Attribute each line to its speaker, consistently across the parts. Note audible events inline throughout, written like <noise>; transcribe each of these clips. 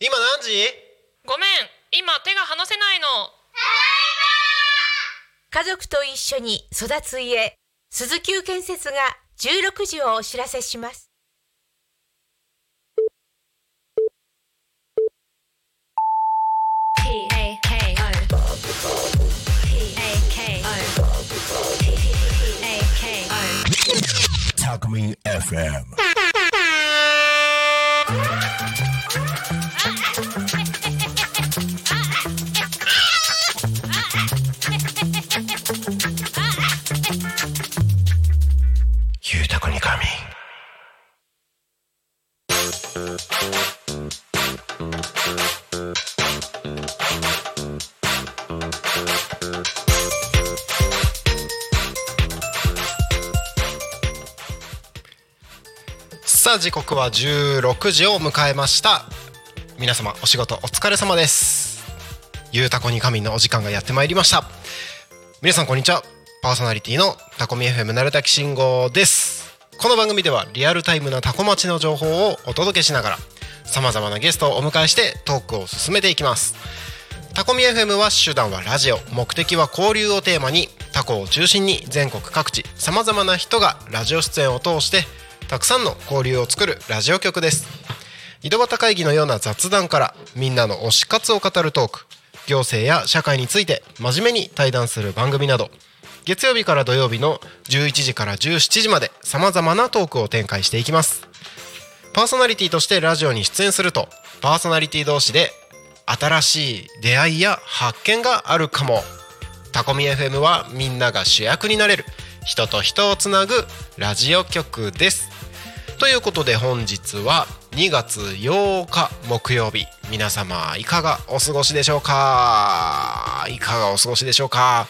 Speaker 1: 今何時
Speaker 2: ごめん今手が離せないの
Speaker 3: 家族と一緒に育つ家鈴木建設が16時をお知らせします
Speaker 4: タクミン FM ゆうたこに神
Speaker 1: さあ時刻は16時を迎えました皆様お仕事お疲れ様ですゆうたこに神のお時間がやってまいりました皆さんこんにちはパーソナリティのタコミ FM なるたき信号ですこの番組ではリアルタイムなタコ町の情報をお届けしながらさまざまなゲストをお迎えしてトークを進めていきますタコミ FM は手段はラジオ目的は交流をテーマにタコを中心に全国各地さまざまな人がラジオ出演を通してたくさんの交流を作るラジオ局です井戸端会議のような雑談からみんなの推し活を語るトーク行政や社会について真面目に対談する番組など月曜日から土曜日の11時から17時までさまざまなトークを展開していきますパーソナリティとしてラジオに出演するとパーソナリティ同士で新しい出会いや発見があるかもタコミ FM はみんなが主役になれる人と人をつなぐラジオ局ですということで本日は2月8日木曜日皆様いかがお過ごしでしょうかいかがお過ごしでしょうか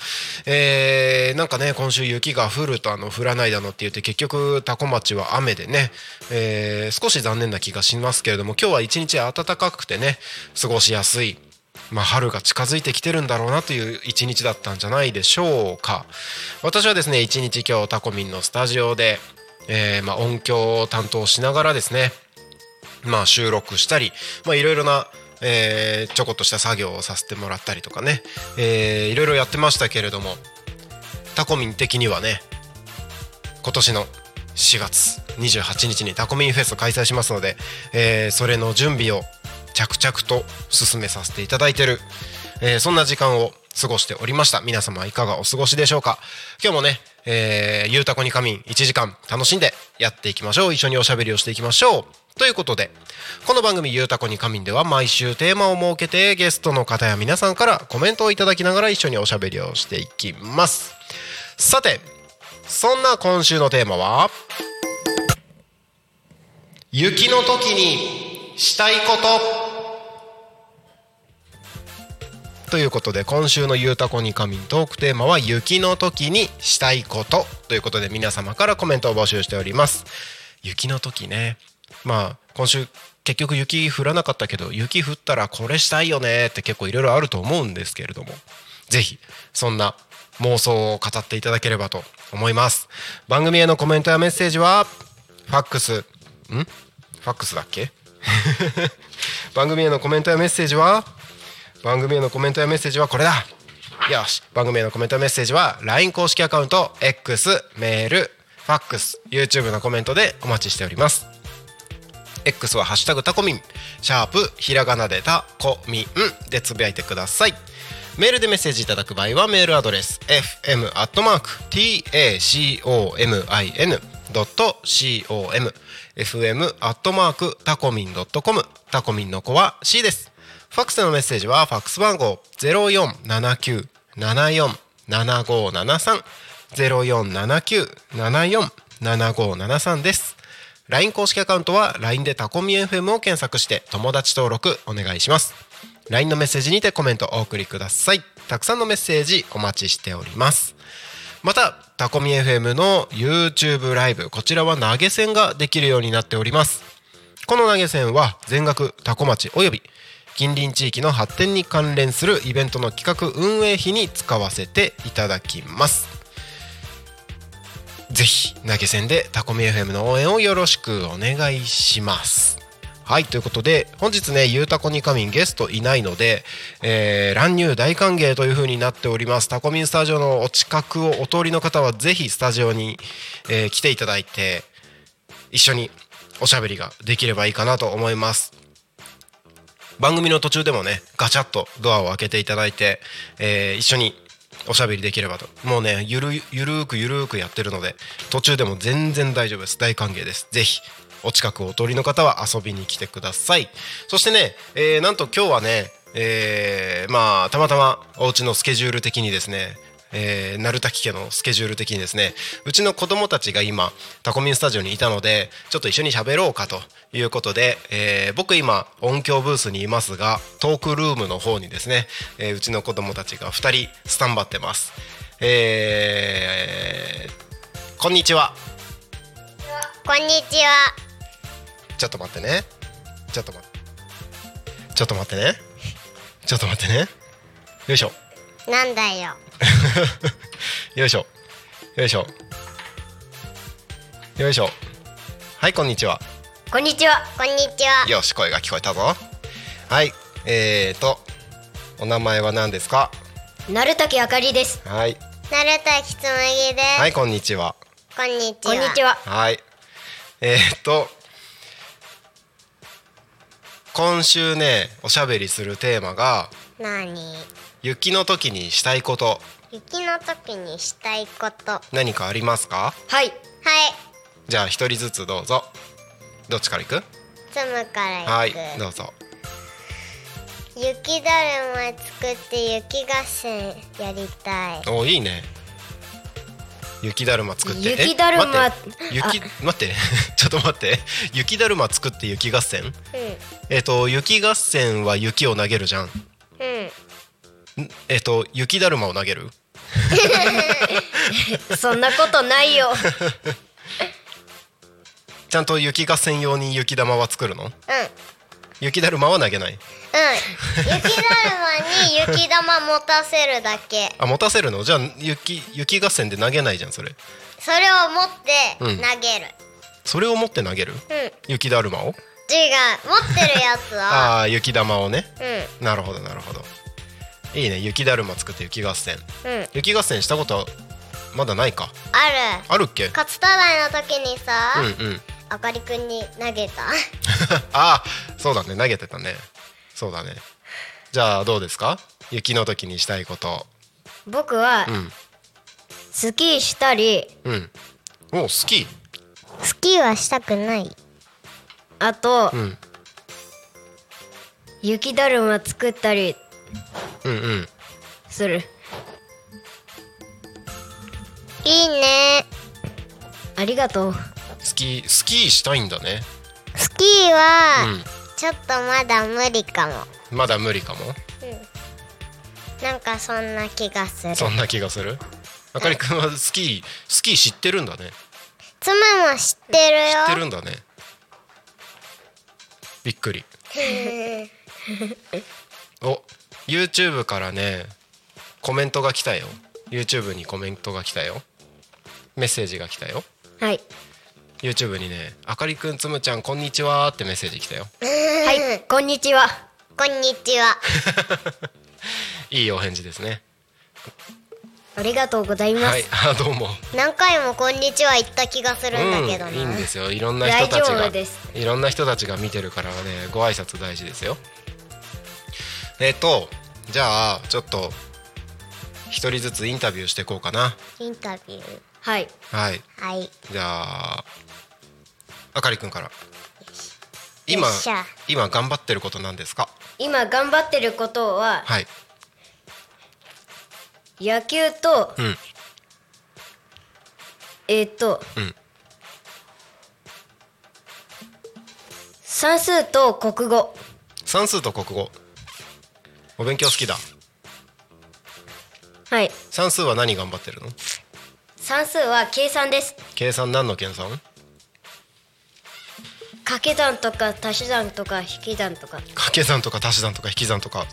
Speaker 1: えー、なんかね今週雪が降るとあの降らないだのって言って結局多古町は雨でね、えー少し残念な気がしますけれども今日は一日暖かくてね過ごしやすいまあ、春が近づいてきてるんだろうなという一日だったんじゃないでしょうか私はですね一日今日タコミンのスタジオで、えーまあ、音響を担当しながらですね、まあ、収録したりまあいろいろな、えーちょこっとした作業をさせてもらったりとかね、えーいろいろやってましたけれどもタコミン的にはね今年の4月28日にタコミンフェスを開催しますので、えーそれの準備を着々と進めさせていただいてる、えーそんな時間を過ごしておりました皆様いかがお過ごしでしょうか今日もね、えー、ゆうたこに仮眠1時間楽しんでやっていきましょう一緒におしゃべりをしていきましょうということでこの番組「ゆうたこに仮眠」では毎週テーマを設けてゲストの方や皆さんからコメントをいただきながら一緒におしゃべりをしていきますさてそんな今週のテーマは雪の時にしたいことということで今週の「ゆうたこにかみん」トークテーマは「雪の時にしたいこと」ということで皆様からコメントを募集しております雪の時ねまあ今週結局雪降らなかったけど雪降ったらこれしたいよねって結構いろいろあると思うんですけれどもぜひそんな妄想を語っていただければと思います番組へのコメントやメッセージはファックスんファックスだっけ <laughs> 番組へのコメントやメッセージは番組へのコメントやメッセージはこれだよし番組へのコメントやメッセージは LINE 公式アカウント X メールファックス YouTube のコメントでお待ちしております X はハッシュタグタコミン、シャープひらがなでタコミンでつぶやいてください。メールでメッセージいただく場合はメールアドレス fm.tacomin.com fm.tacomin.com タコミンの子は C です。ファックスのメッセージはファックス番号0479747573 0479747573です。LINE 公式アカウントは LINE でタコミ FM を検索して友達登録お願いします。LINE のメッセージにてコメントお送りください。たくさんのメッセージお待ちしております。またタコミ FM の YouTube ライブこちらは投げ銭ができるようになっておりますこの投げ銭は全額タコ町および近隣地域の発展に関連するイベントの企画運営費に使わせていただきますぜひ投げ銭でタコミ FM の応援をよろしくお願いしますはいということで本日ね「ゆうたこにかみん」ゲストいないので、えー乱入大歓迎という風になっておりますタコミンスタジオのお近くをお通りの方はぜひスタジオに、えー来ていただいて一緒におしゃべりができればいいかなと思います番組の途中でもねガチャッとドアを開けていただいて、えー一緒におしゃべりできればともうねゆるゆるーくゆるーくやってるので途中でも全然大丈夫です大歓迎ですぜひお近くお通りの方は遊びに来てくださいそしてね、えーなんと今日はね、えーまあたまたまお家のスケジュール的にですねえー、鳴滝家のスケジュール的にですねうちの子供たちが今タコミンスタジオにいたのでちょっと一緒に喋ろうかということで、えー僕今音響ブースにいますがトークルームの方にですね、えーうちの子供たちが2人スタンバってます。えーこんにちは
Speaker 5: こんにちは。
Speaker 1: ちょっと待ってねちょっと待ってちょっと待ってねちょっと待ってねよいしょ
Speaker 5: なんだよ。
Speaker 1: よいしょよいしょよいしょはいこんにちは
Speaker 5: こんにちは。こんにちは。
Speaker 1: よし声が聞こえたぞはいえーとお名前は何ですか
Speaker 5: なるたきあかりです。
Speaker 1: はい
Speaker 5: なるたきつむぎです、
Speaker 1: はいこんにちは
Speaker 5: こんにちは。
Speaker 6: こんにちは。
Speaker 1: はいえーと今週ねおしゃべりするテーマが
Speaker 5: なに。
Speaker 1: 雪の時にしたいこと
Speaker 5: 雪の時にしたいこと。は
Speaker 1: 何かありますか
Speaker 6: はい。
Speaker 5: い。
Speaker 1: じゃあ一人ずつどうぞどっちから行く
Speaker 5: つむからいく。
Speaker 1: はいどうぞ
Speaker 5: 雪だるま作って雪合戦やりたい。
Speaker 1: おいいね雪だるま作ってえ
Speaker 6: 雪だるま
Speaker 1: 待って雪待って <laughs> ちょっと待って雪だるま作って雪合戦
Speaker 5: <laughs> う
Speaker 1: えっ、と雪合戦は雪を投げるじゃんん
Speaker 5: ん。うん。
Speaker 1: えっ、と雪だるまを投げる
Speaker 6: そんなことないよ。
Speaker 1: ちゃんと雪合戦用に雪玉は作るの
Speaker 5: うん。
Speaker 1: 雪だるまは投げない
Speaker 5: うん、雪だるまに雪玉持たせるだけ
Speaker 1: あ持たせるのじゃあ雪雪合戦で投げないじゃんそれ
Speaker 5: それを持っ
Speaker 1: う
Speaker 5: て
Speaker 1: ん
Speaker 5: 投げる、
Speaker 1: それを持って投げる
Speaker 5: うん違う
Speaker 1: 雪だるまを
Speaker 5: 持ってるやつは
Speaker 1: ああー雪玉をね
Speaker 5: う
Speaker 1: なるほどなるほどいいね雪だるま作って雪合戦
Speaker 5: んうん
Speaker 1: 雪合戦したことはまだないか
Speaker 5: ある
Speaker 1: あるっけ
Speaker 5: 勝田台の時にさ、
Speaker 1: うんうん <laughs>
Speaker 5: あかりくんに投げた
Speaker 1: ああそうだね投げてたねそうだねじゃあどうですか雪の時にしたいこと
Speaker 6: 僕は
Speaker 1: うん
Speaker 6: スキーしたり、
Speaker 1: うんおスキ
Speaker 5: スキーはしたくない
Speaker 6: あと
Speaker 1: ー、うん
Speaker 6: 雪だるま作ったり
Speaker 1: うんうん
Speaker 6: する。
Speaker 5: いいね
Speaker 6: ありがとう。
Speaker 1: スキースキーしたいんだね
Speaker 5: スキーは、
Speaker 1: う
Speaker 5: ちょっとまだ無理かも
Speaker 1: んまだ無理かも
Speaker 5: なんかそんな気がする
Speaker 1: そんな気がするあかりくんはスキースキー知ってるんだね
Speaker 5: つむも知ってるよ
Speaker 1: 知ってるんだねびっくり
Speaker 5: <laughs>
Speaker 1: お YouTube からねコメントが来たよ YouTube にコメントが来たよメッセージが来たよ
Speaker 6: はい。
Speaker 1: YouTube にね「あかりくんつむちゃんこんにちは」ってメッセージ来たよ <laughs>
Speaker 6: はい。こんにちは。
Speaker 5: こんにちはい
Speaker 1: いお返事ですね
Speaker 6: ありがとうございま
Speaker 1: は
Speaker 6: す。
Speaker 1: いあどうも
Speaker 5: 何回もこんにちは言った気がするんだけどな、
Speaker 1: うん、いいんですよいろんな人たち
Speaker 6: 大丈
Speaker 1: が
Speaker 6: 夫です
Speaker 1: いろんな人たちが見てるからねご挨拶大事ですよえっとじゃあちょっと一人ずつインタビューしていこうかな
Speaker 5: インタビュー
Speaker 6: はい。
Speaker 1: はい
Speaker 5: はい
Speaker 1: じゃああかりくんから今
Speaker 5: よっしゃ
Speaker 1: 今頑張ってることなんですか
Speaker 6: 今頑張ってることは
Speaker 1: はい
Speaker 6: 野球と
Speaker 1: うん
Speaker 6: えーっと
Speaker 1: うん
Speaker 6: 算数と国語。
Speaker 1: 算数と国語お勉強好きだ
Speaker 6: はい。
Speaker 1: 算数は何頑張ってるの
Speaker 6: 算数は計算です。
Speaker 1: 計算何の計算
Speaker 6: 掛け算とか足し算とか引き算とか
Speaker 1: 掛け算とか足し算とか引き算とか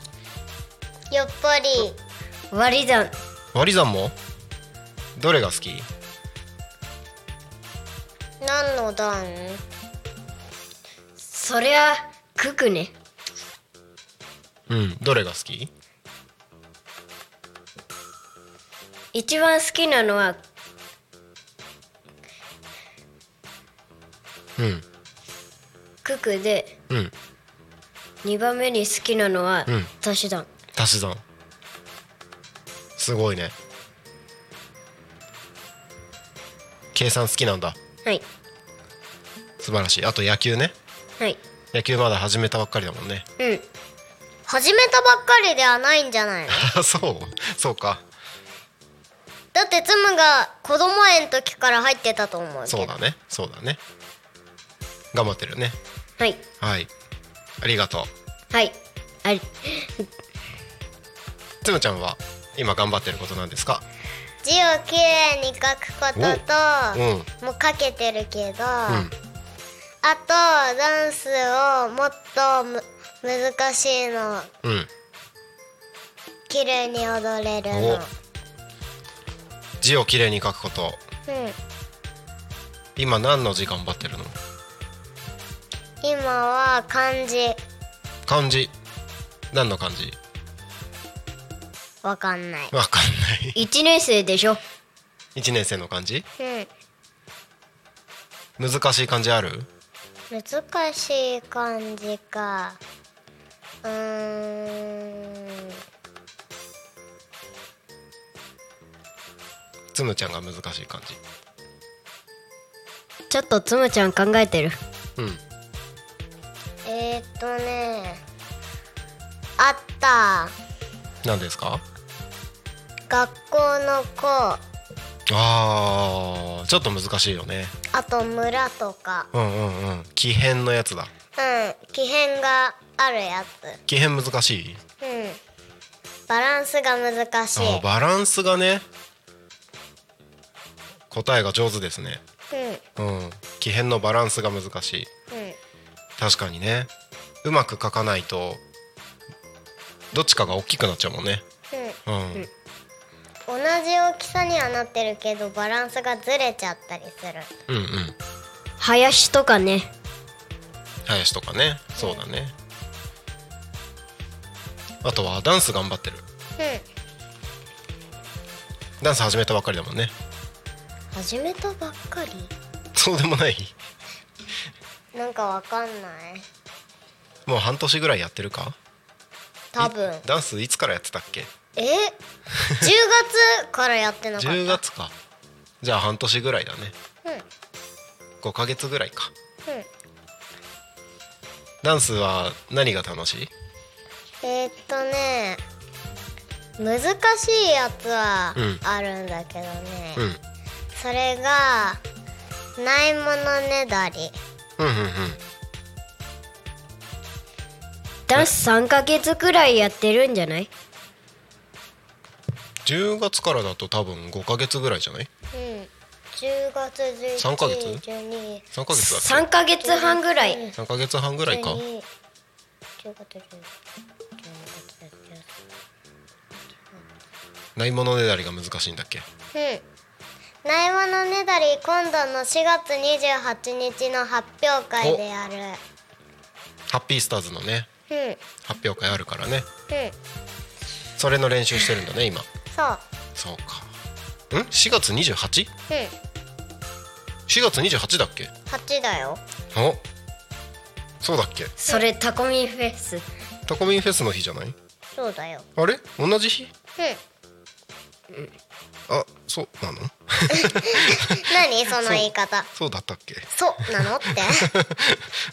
Speaker 5: やっぱり
Speaker 6: 割り算
Speaker 1: 割り算もどれが好き
Speaker 5: 何の段
Speaker 6: そりゃ九九ね
Speaker 1: うんどれが好き
Speaker 6: 一番好きなのは
Speaker 1: うん
Speaker 6: 九九で
Speaker 1: うん
Speaker 6: 二番目に好きなのは
Speaker 1: うん
Speaker 6: 足し算
Speaker 1: 足し算すごいね計算好きなんだ
Speaker 6: はい
Speaker 1: 素晴らしいあと野球ね
Speaker 6: はい
Speaker 1: 野球まだ始めたばっかりだもんね <laughs>
Speaker 6: うん
Speaker 5: 始めたばっかりではないんじゃないの
Speaker 1: あそうそうか
Speaker 5: だってつむが子供園の時から入ってたと思うけど
Speaker 1: そうだねそうだね頑張ってるね
Speaker 6: はい
Speaker 1: はいありがとう
Speaker 6: はいあり
Speaker 1: つむちゃんは今頑張ってることなんですか
Speaker 5: 字をきれいに書くことと、もう書けてるけど、あとダンスをもっとむ難しいの
Speaker 1: うんうん
Speaker 5: 綺麗に踊れるの、
Speaker 1: お字をきれいに書くこと
Speaker 5: うん、
Speaker 1: 今何の字頑張ってるの
Speaker 5: 今は漢字
Speaker 1: 漢字何の漢字
Speaker 5: わかんない、
Speaker 1: わかんない <laughs>
Speaker 6: 一年生でしょ
Speaker 1: 1年生の漢字
Speaker 5: うん、
Speaker 1: 難しい漢字ある
Speaker 5: 難しい漢字かうーん
Speaker 1: つむちゃんが難しい漢字
Speaker 6: ちょっとつむちゃん考えてる
Speaker 1: うん
Speaker 5: えー、っとねあった
Speaker 1: 何ですか
Speaker 5: 学校の子
Speaker 1: あーちょっと難しいよね
Speaker 5: あと村とか
Speaker 1: うんうんうん奇変のやつだ
Speaker 5: うん奇変があるやつ
Speaker 1: 奇変難しい
Speaker 5: うんバランスが難しい
Speaker 1: あーバランスがね答えが上手ですね
Speaker 5: うん
Speaker 1: うん奇変のバランスが難しい
Speaker 5: うん
Speaker 1: 確かにねうまく書かないとどっちかが大きくなっちゃうもんねうん、
Speaker 5: うん、同じ大きさにはなってるけどバランスがずれちゃったりする
Speaker 1: うん、うん
Speaker 6: 林とかね
Speaker 1: 林とかねそうだねあとはダンス頑張ってる
Speaker 5: う
Speaker 1: ダンス始めたばっかりだもんね
Speaker 5: ん始めたばっかり
Speaker 1: そうでもない
Speaker 5: なんかわかんない
Speaker 1: もう半年ぐらいやってるか
Speaker 5: 多分
Speaker 1: いダンスいつからやってたっけ
Speaker 5: え10月からやってなかった
Speaker 1: 10月かじゃあ半年ぐらいだね
Speaker 5: う
Speaker 1: 5
Speaker 5: ん
Speaker 1: ヶ月ぐらいか
Speaker 5: うん
Speaker 1: ダンスは何が楽しい
Speaker 5: えー、っとね難しいやつは
Speaker 1: うん
Speaker 5: あるんだけどね、
Speaker 1: うん
Speaker 5: それがないものねだり
Speaker 1: うんうんうん
Speaker 6: ダンス3ヶ月くらいやってるんじゃない
Speaker 1: 10月からだと多分5ヶ月ぐらいじゃない
Speaker 5: うん10月11
Speaker 1: 三ヶ月
Speaker 5: 12
Speaker 1: 3ヶ月だっ
Speaker 6: 3ヶ月半ぐらい
Speaker 1: け3ヶ月半ぐらいか
Speaker 5: 12 10月11 12
Speaker 1: ないものねだりが難しいんだっけ
Speaker 5: うんないものねだり今度の4月28日の発表会でやる
Speaker 1: ハッピースターズのね
Speaker 5: うんうん
Speaker 1: 発表会あるからねそれの練習してるんだね今
Speaker 5: そう
Speaker 1: そうかん4月 28?4
Speaker 5: うん
Speaker 1: 月28だっけ
Speaker 5: 8だよ
Speaker 1: おそうだっけ
Speaker 6: それタコミンフェス
Speaker 1: タコミンフェスの日じゃない
Speaker 5: そうだよ
Speaker 1: あれ同じ日
Speaker 5: うん
Speaker 1: あそうなの
Speaker 5: 何その言い方
Speaker 1: そうだったっけ <laughs>
Speaker 5: そうなのってだ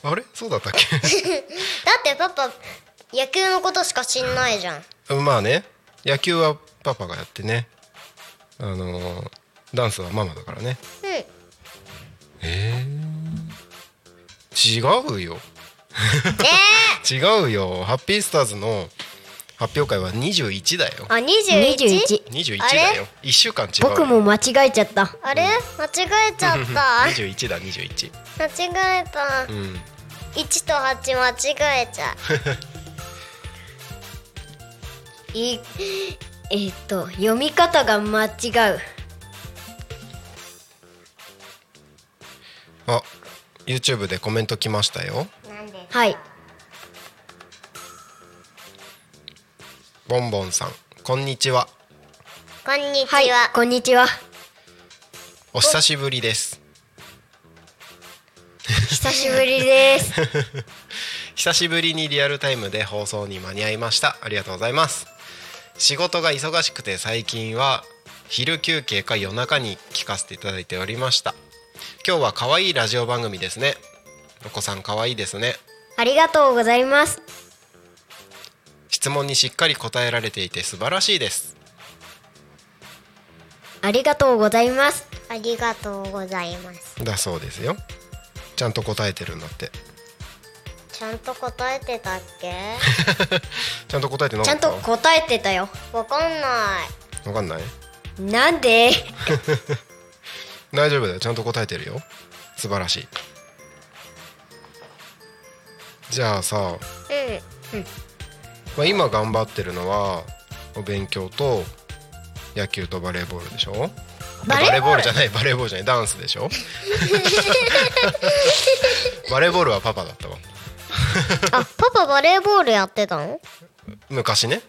Speaker 1: あれそうだったっけ <laughs>
Speaker 5: ってパパ野球のことしか知んないじゃん
Speaker 1: まあね野球はパパがやってねあのーダンスはママだからね
Speaker 5: う
Speaker 1: え違うよ <laughs>
Speaker 5: んえ
Speaker 1: 違うよハッピースターズの発表会は21だよ
Speaker 5: ー、あ21
Speaker 6: 21
Speaker 1: 21
Speaker 5: あれ
Speaker 1: だよ1週間違うよ
Speaker 6: 僕も間違えちゃった
Speaker 5: あれ間違えちゃっ
Speaker 1: <laughs>
Speaker 5: た
Speaker 1: 21だ21
Speaker 5: 間違えた
Speaker 1: うん
Speaker 5: 1と8間違えちゃう
Speaker 6: いえっと読み方が間違う
Speaker 1: あ YouTube でコメント来ましたよ
Speaker 5: なんです
Speaker 6: はい
Speaker 1: ボンボンさんこんにちは
Speaker 5: こんにち
Speaker 6: はい
Speaker 5: は。
Speaker 6: こんにちは
Speaker 1: お久しぶりです
Speaker 6: 久しぶりです
Speaker 1: 久しぶりにリアルタイムで放送に間に合いましたありがとうございます仕事が忙しくて最近は昼休憩か夜中に聞かせていただいておりました今日は可愛いラジオ番組ですねロコさん可愛いですね
Speaker 6: ありがとうございます
Speaker 1: 質問にしっかり答えられていて素晴らしいです
Speaker 6: ありがとうございます
Speaker 5: ありがとうございます。
Speaker 1: だそうですよちゃんと答えてるんだって
Speaker 5: ちゃんと答えてたっけ
Speaker 1: <laughs> ちゃんと答えてな
Speaker 6: ち
Speaker 1: か
Speaker 6: ゃ
Speaker 1: っ
Speaker 6: ん
Speaker 1: た
Speaker 6: と答えてたよ
Speaker 5: わかんない。
Speaker 1: わかんない
Speaker 6: なんで
Speaker 1: 大丈夫だよちゃんと答えてるよ素晴らしいじゃあさ、まあ、今頑張ってるのはお勉強と野球とバレーボールでしょバレーボールじゃないバレーボールじゃないダンスでし <laughs> ょバレーボールはパパだったわ
Speaker 5: あ、パパバレーボールやってたの
Speaker 1: 昔ね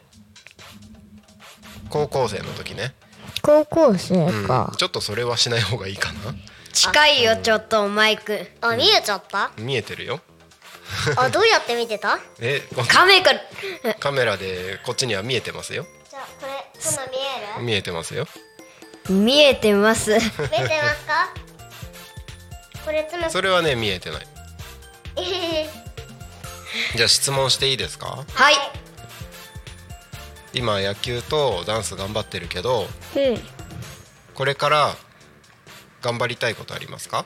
Speaker 1: 高校生の時ね、
Speaker 5: 高校生
Speaker 1: うん、ちょっとそれはしない方がいいかな
Speaker 6: 近いよちょっとマイク
Speaker 5: あ、見えちゃ
Speaker 1: <laughs>
Speaker 5: った
Speaker 1: 見えてるよ
Speaker 5: あ、どうやって見てた
Speaker 1: えわ
Speaker 6: カメから
Speaker 1: カメラでこっちには見えてますよ
Speaker 5: じゃあ、これ、その見え
Speaker 1: 見えてますよ
Speaker 6: 見えてます
Speaker 5: る見えてますかこれ、つの、
Speaker 1: それはね見えてない
Speaker 5: <laughs> え
Speaker 1: じゃあ質問していいですか
Speaker 6: はい
Speaker 1: 今野球とダンス頑張ってるけど、これから頑張りたいことありますか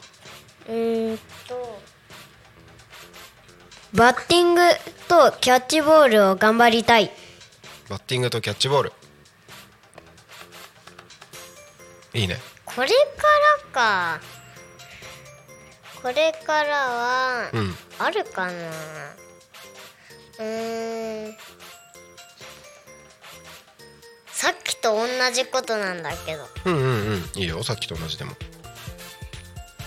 Speaker 6: バッティングとキャッチボールを頑張りたい
Speaker 1: バッティングとキャッチボールいいね
Speaker 5: これからか。これからは、
Speaker 1: うん
Speaker 5: あるかなうーんさっきと同じことなんだけど
Speaker 1: うんうんうんいいよさっきと同じでも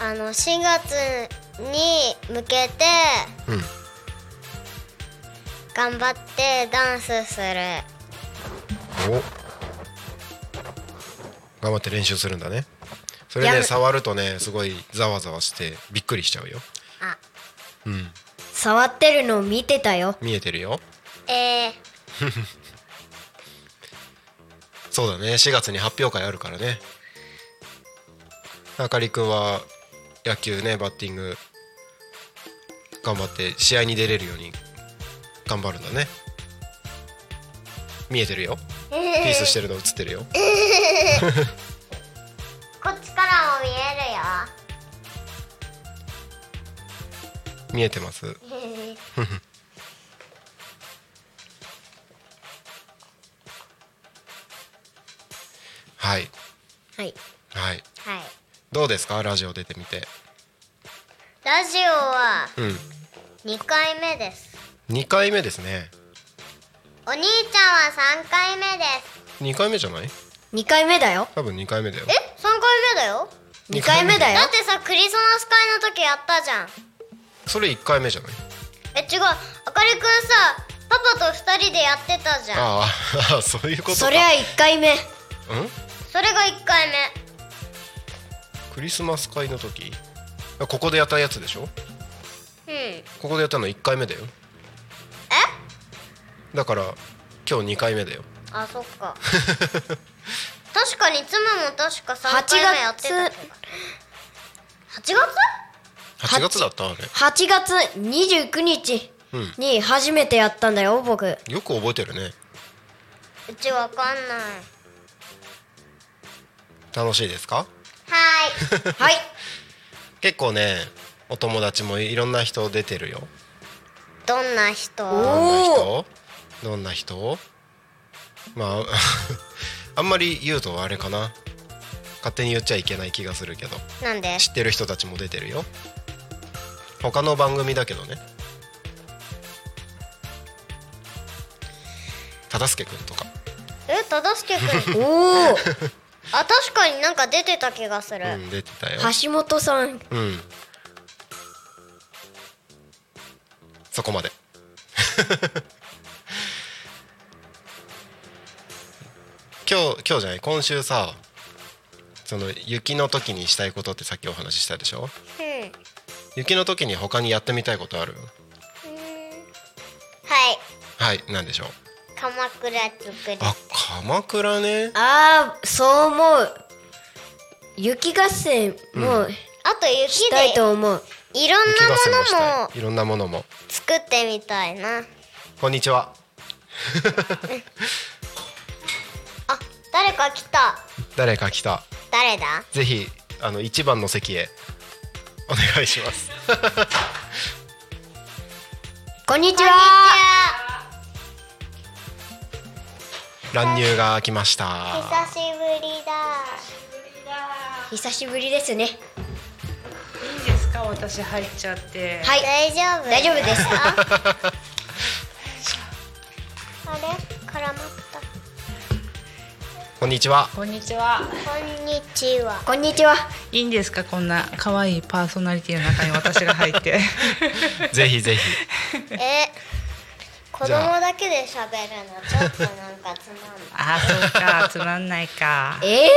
Speaker 5: あの4月に向けて
Speaker 1: うん
Speaker 5: 頑張ってダンスする
Speaker 1: お頑張って練習するんだねそれ
Speaker 6: や
Speaker 1: ね
Speaker 6: め
Speaker 1: 触るとねすごいざわざわしてびっくりしちゃうよ
Speaker 5: あ
Speaker 1: うん
Speaker 6: 触ってるのを見てたよ
Speaker 1: 見えてるよ
Speaker 5: えー、
Speaker 1: そうだね4月に発表会あるからねあかりくんは野球ねバッティング頑張って試合に出れるように頑張るんだね見えてるよピースしてるの映ってるよ
Speaker 5: こっちからも見
Speaker 1: <laughs>
Speaker 5: え
Speaker 1: 見えてます
Speaker 5: るよ
Speaker 1: はい
Speaker 6: はい
Speaker 1: はい
Speaker 5: はい
Speaker 1: どうですかラジオ出てみて
Speaker 5: ラジオは
Speaker 1: うん
Speaker 5: 2回目です
Speaker 1: 2回目ですね
Speaker 5: お兄ちゃんは3回目です
Speaker 1: 2回目じゃない
Speaker 6: 2回目だよ
Speaker 1: 多分2回目だよ
Speaker 5: え3回目だよ
Speaker 1: 二
Speaker 6: 2
Speaker 1: 回
Speaker 6: 回
Speaker 1: 目
Speaker 6: 目だよ
Speaker 5: だってさクリスマス会の時やったじゃん
Speaker 1: それ1回目じゃない
Speaker 5: え違うあかりくんさパパと二人でやってたじゃん
Speaker 1: ああああ <laughs> そういうことか
Speaker 6: そりゃ1回目
Speaker 1: うん
Speaker 5: それが一回目
Speaker 1: クリスマス会の時あここでやったやつでしょ
Speaker 5: うんえ
Speaker 1: ここでやったの1回目だよだから今日2回目だよ
Speaker 5: あそっ
Speaker 1: <laughs>
Speaker 5: か確かに妻も確か三
Speaker 6: 8
Speaker 5: 回目やって
Speaker 6: 月
Speaker 5: た八月
Speaker 1: 8月だったわね
Speaker 6: 8月29日
Speaker 1: うん
Speaker 6: に初めてやったんだよ僕
Speaker 1: よく覚えてるね
Speaker 5: うちわかんない
Speaker 1: 楽しいですか
Speaker 5: はい
Speaker 1: <laughs>
Speaker 6: はい
Speaker 1: 結構ねお友達もいろんな人出てるよ
Speaker 5: どんな
Speaker 1: ど
Speaker 5: 人
Speaker 6: お
Speaker 1: んな
Speaker 6: お
Speaker 1: 人どんな人まあ <laughs> あんまり言うとあれかな勝手に言っちゃいけない気がするけど
Speaker 5: なんで
Speaker 1: 知ってる人たちも出てるよ他の番組だけどね忠相くんとか
Speaker 5: え忠介くん
Speaker 6: おお
Speaker 5: あ確かになんか出てた気がする、
Speaker 1: うん、出てたよ。
Speaker 6: 橋本さん
Speaker 1: うん。そこまで <laughs> 今日今日じゃない今週さその雪の時にしたいことってさっきお話ししたでしょ
Speaker 5: うん
Speaker 1: 雪の時に他にやってみたいことある
Speaker 5: はい
Speaker 1: はい何でしょう
Speaker 5: 鎌倉作り
Speaker 1: あ鎌倉ね
Speaker 6: ああそう思う雪合戦も
Speaker 5: あと
Speaker 6: し
Speaker 5: 雪
Speaker 6: た
Speaker 5: で
Speaker 6: いと思う、
Speaker 5: いろん
Speaker 1: 雪合戦もし
Speaker 5: なもの
Speaker 1: た
Speaker 5: も
Speaker 1: いいろんなものも
Speaker 5: 作ってみたいな
Speaker 1: こんにちは
Speaker 5: あ誰か来た
Speaker 1: 誰か来た
Speaker 5: 誰だ
Speaker 1: ぜひあの一番の席へお願いします
Speaker 6: こんにち
Speaker 5: こんにち
Speaker 6: は
Speaker 5: は
Speaker 1: 乱入が来ました
Speaker 5: 久しぶりだ
Speaker 6: 久しぶりですね
Speaker 2: いいですか私入っちゃって
Speaker 6: はい
Speaker 5: 大丈夫
Speaker 6: 大丈夫です <laughs>
Speaker 5: かあれ絡まった
Speaker 1: こんにちは
Speaker 2: こんにちは
Speaker 5: こんに
Speaker 6: <laughs>
Speaker 5: ちは
Speaker 6: こんにちはい
Speaker 2: いんですかこんな可愛いパーソナリティの中に私が入って
Speaker 1: <laughs> ぜひぜひ
Speaker 5: え子供
Speaker 1: じゃ
Speaker 5: だけで喋るのちょっとなんかつまんない <laughs>
Speaker 2: あーそうかつまんないか
Speaker 6: ええ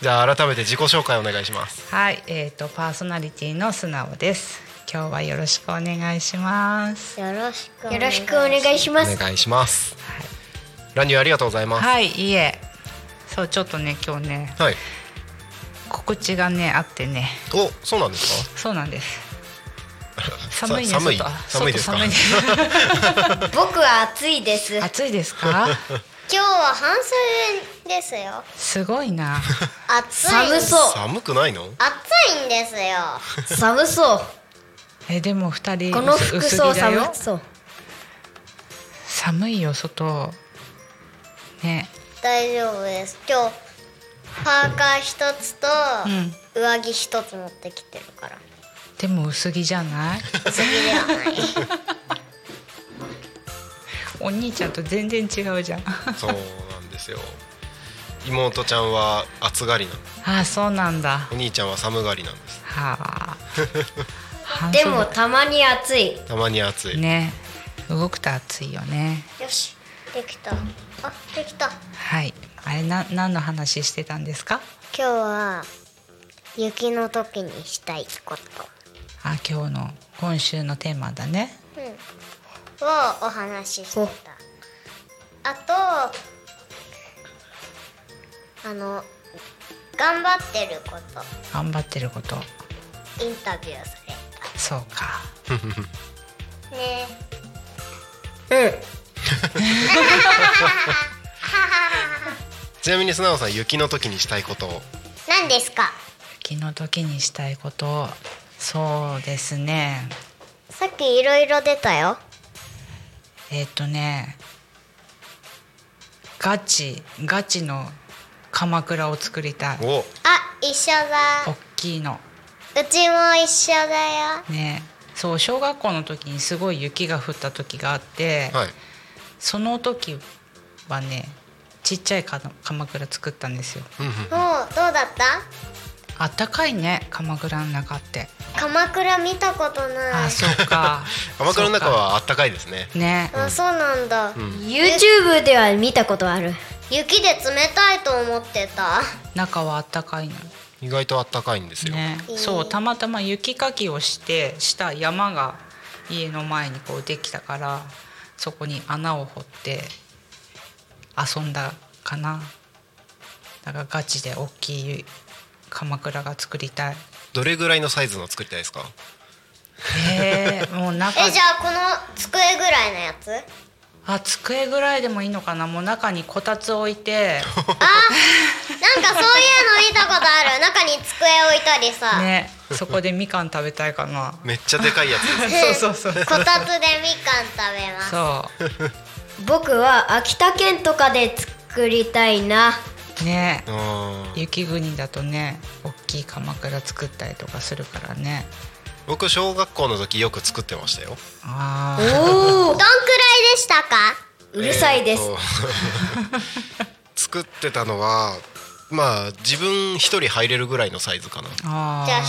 Speaker 1: じゃあ改めて自己紹介お願いします
Speaker 2: はいえっ、とパーソナリティの素直です今日はよろしくお願いします
Speaker 5: よろしく
Speaker 6: よろしくお願いしま
Speaker 1: お
Speaker 6: す
Speaker 1: 願いします乱入ありがとうございます
Speaker 2: はいいいえそうちょっとね今日ね
Speaker 1: はい
Speaker 2: 告知がねあってね
Speaker 1: おそうなんですか
Speaker 2: そうなんです
Speaker 1: <laughs> さ
Speaker 2: 寒いね
Speaker 1: 寒い
Speaker 2: 外
Speaker 1: 寒いですか <laughs>
Speaker 2: 外寒いね
Speaker 6: 僕は暑いです
Speaker 2: 暑いです
Speaker 1: <laughs>
Speaker 2: か
Speaker 5: 今日は半袖ですよ
Speaker 2: すごいな
Speaker 5: 暑い
Speaker 6: 寒そう
Speaker 1: 寒くないの
Speaker 5: 暑いんですよ
Speaker 6: 寒そう
Speaker 2: えでも二人
Speaker 6: この
Speaker 2: 薄
Speaker 6: 服
Speaker 2: 薄
Speaker 6: 装
Speaker 2: 着だよ
Speaker 6: 寒そう
Speaker 2: 寒いよ外ね
Speaker 5: 大丈夫です今日パーカー一つと
Speaker 2: ん
Speaker 5: 上着一つ持ってきてるから
Speaker 2: でも薄着じゃない
Speaker 5: 次ではない
Speaker 2: お兄ちゃんと全然違うじゃんあ
Speaker 1: そうなんですよ妹ちゃんは暑がりなの
Speaker 2: ーそうなんだ
Speaker 1: お兄ちゃんは寒がりなんです
Speaker 2: はあ半
Speaker 6: で
Speaker 2: 袖
Speaker 6: もたまに暑い
Speaker 1: たまに暑い、
Speaker 2: ね動くと暑いよね
Speaker 5: よしできたあできた
Speaker 2: はいあれな何の話してたんですか
Speaker 5: 今日は雪の時にしたいこと
Speaker 2: あ今日の今週のテーマだね
Speaker 5: をお話ししてたあとあの頑張ってること
Speaker 2: 頑張ってること
Speaker 5: インタビューされ
Speaker 2: そうか
Speaker 5: たね
Speaker 1: ちなみに素直さん雪の時にしたいことを
Speaker 5: 何ですか
Speaker 2: 雪の時にしたいことそうですね
Speaker 5: さっきいろいろ出たよ
Speaker 2: えーっ、とねガチガチの鎌倉を作りたい
Speaker 1: お
Speaker 5: あ一緒だ
Speaker 2: 大きいの
Speaker 5: うちも一緒だよ
Speaker 2: ねそう小学校の時にすごい雪が降った時があって、
Speaker 1: はい
Speaker 2: その時はねちっちゃいか鎌倉作ったんですよ
Speaker 1: うんうん
Speaker 5: もうどうだった
Speaker 2: あったかいね鎌倉の中って
Speaker 5: 鎌倉見たことな
Speaker 2: あ
Speaker 5: い
Speaker 2: そうか
Speaker 1: <laughs> 鎌倉の中
Speaker 2: そう
Speaker 1: はあったかいですね
Speaker 2: かね
Speaker 5: あそうなんだ、
Speaker 6: YouTube では見たことある
Speaker 5: 雪で冷たいと思って
Speaker 2: <laughs>
Speaker 5: た
Speaker 2: 中はあったかいの
Speaker 1: 意外とあったかいんですよ、
Speaker 2: ね、そうたまたま雪かきをしてした山が家の前にこうできたからそこに穴を掘って遊んだかなだからガチで大きい鎌倉が作りたい
Speaker 1: どれぐらいのサイズの作りたいですか
Speaker 2: えー、もう中
Speaker 5: <laughs> えじゃあこの机ぐらいのや
Speaker 2: <laughs>
Speaker 5: つ
Speaker 2: あ机ぐらいでもいいのかなもう中にこたつ置いて
Speaker 5: なんかそういうの見たことある中に机置いたりさ、
Speaker 2: ねそこでみかん食べたいかな
Speaker 1: めっちゃでかいやつです
Speaker 2: そうそうそう
Speaker 5: こたつでみかん食べます
Speaker 2: そ
Speaker 6: 僕は秋田県とかで作りたいな
Speaker 2: うね
Speaker 1: うーん
Speaker 2: 雪国だとね大きい鎌倉作ったりとかするからね
Speaker 1: 僕小学校の時よく作ってましたよ
Speaker 2: あー
Speaker 6: お
Speaker 5: どんくらいでしたか
Speaker 6: うるさいです、
Speaker 1: えーっと <laughs> 作ってたのはまあ自分一人入れるぐらいのサイズかな
Speaker 2: あ
Speaker 5: じゃあ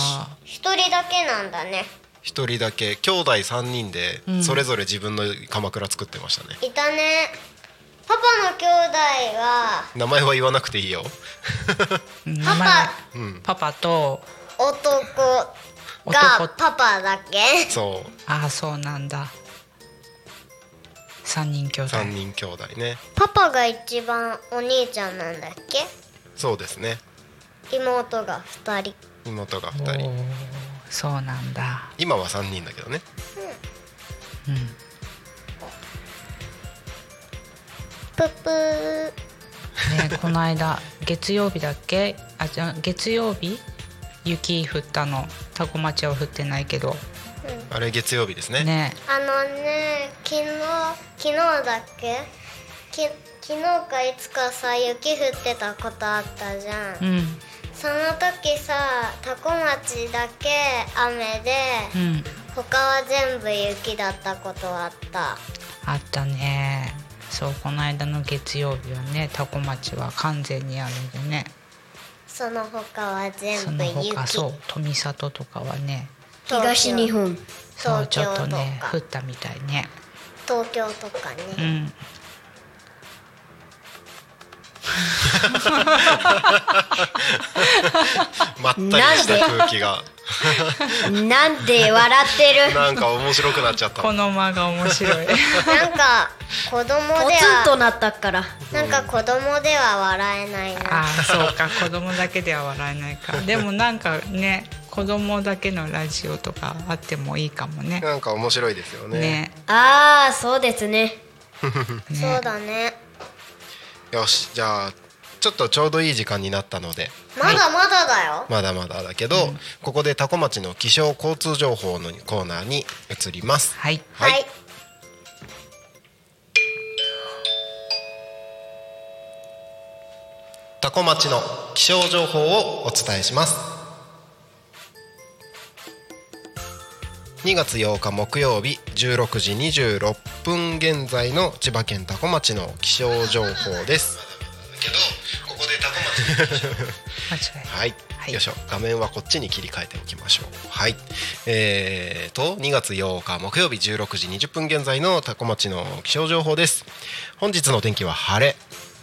Speaker 5: ひ一人だけなんだね
Speaker 1: 一人だけ兄弟三人でそれぞれ自分の鎌倉作ってましたね、
Speaker 5: いたねパパの兄弟は
Speaker 1: 名前は言わなくていいよ
Speaker 2: うん名
Speaker 5: パ
Speaker 2: 前
Speaker 5: パ
Speaker 2: パパと
Speaker 5: 男がパパだけ
Speaker 1: そう
Speaker 2: ああそうなんだ三人兄弟
Speaker 1: 三人兄弟ね
Speaker 5: パパが一番お兄ちゃんなんだっけ
Speaker 1: そうですね
Speaker 5: 妹が二人
Speaker 1: 妹が
Speaker 2: お
Speaker 1: 二人
Speaker 2: ーそうなんだ
Speaker 1: 今は三人だけどね
Speaker 5: プップー
Speaker 2: ね、 <laughs> この間月曜日だっけあじゃあ月曜日雪降ったのタコ町は降ってないけど
Speaker 1: あれ月曜日ですね
Speaker 2: ね
Speaker 5: あのね昨日昨日だっけき昨日かいつかさ雪降ってたことあったじゃん、
Speaker 2: うん
Speaker 5: その時さタコ町だけ雨で、
Speaker 2: うん
Speaker 5: 他は全部雪だったことあった
Speaker 2: あったねそうこの間の月曜日はねタコ町は完全に雨でね
Speaker 5: その他は
Speaker 2: そ
Speaker 5: 全部
Speaker 2: の
Speaker 5: 雪
Speaker 2: 他そう富里とかはね
Speaker 6: 東日本
Speaker 2: そう
Speaker 5: 東
Speaker 2: ち
Speaker 5: 京
Speaker 2: ょっ
Speaker 5: と
Speaker 2: とね
Speaker 5: か
Speaker 2: 降ったみたいね
Speaker 5: 東京とかね、
Speaker 2: うん
Speaker 1: まったりした空気
Speaker 6: <laughs>
Speaker 1: が
Speaker 6: なんで笑ってる
Speaker 1: なんか面白くなっちゃった
Speaker 2: <laughs> この間が面白い
Speaker 5: なんか子供で
Speaker 6: ポツンと
Speaker 5: は
Speaker 6: なったから
Speaker 5: なんか子供では笑えないな
Speaker 2: <laughs> ああそう <laughs> か子供だけでは笑えないかでもなんかね子供だけのラジオとかあってもいいかもね
Speaker 1: なんか面白いですよね
Speaker 2: ね
Speaker 6: ああそうですね
Speaker 2: ね
Speaker 5: そうだね
Speaker 1: よしじゃあちょっとちょうどいい時間になったので
Speaker 5: まだまだだよ、
Speaker 1: まだまだだけど、ここでタコ町の気象交通情報のコーナーに移ります
Speaker 2: はい
Speaker 1: はい
Speaker 5: はい
Speaker 1: タコ町の気象情報をお伝えします2月8日木曜日16時26分現在の千葉県タコ町の気象情報です
Speaker 2: 間違い
Speaker 1: はい、
Speaker 2: はい
Speaker 1: よいしょ画面はこっちに切り替えておきましょうはいえー、と2月8日木曜日16時20分現在のタコ町の気象情報です本日の天気は晴れ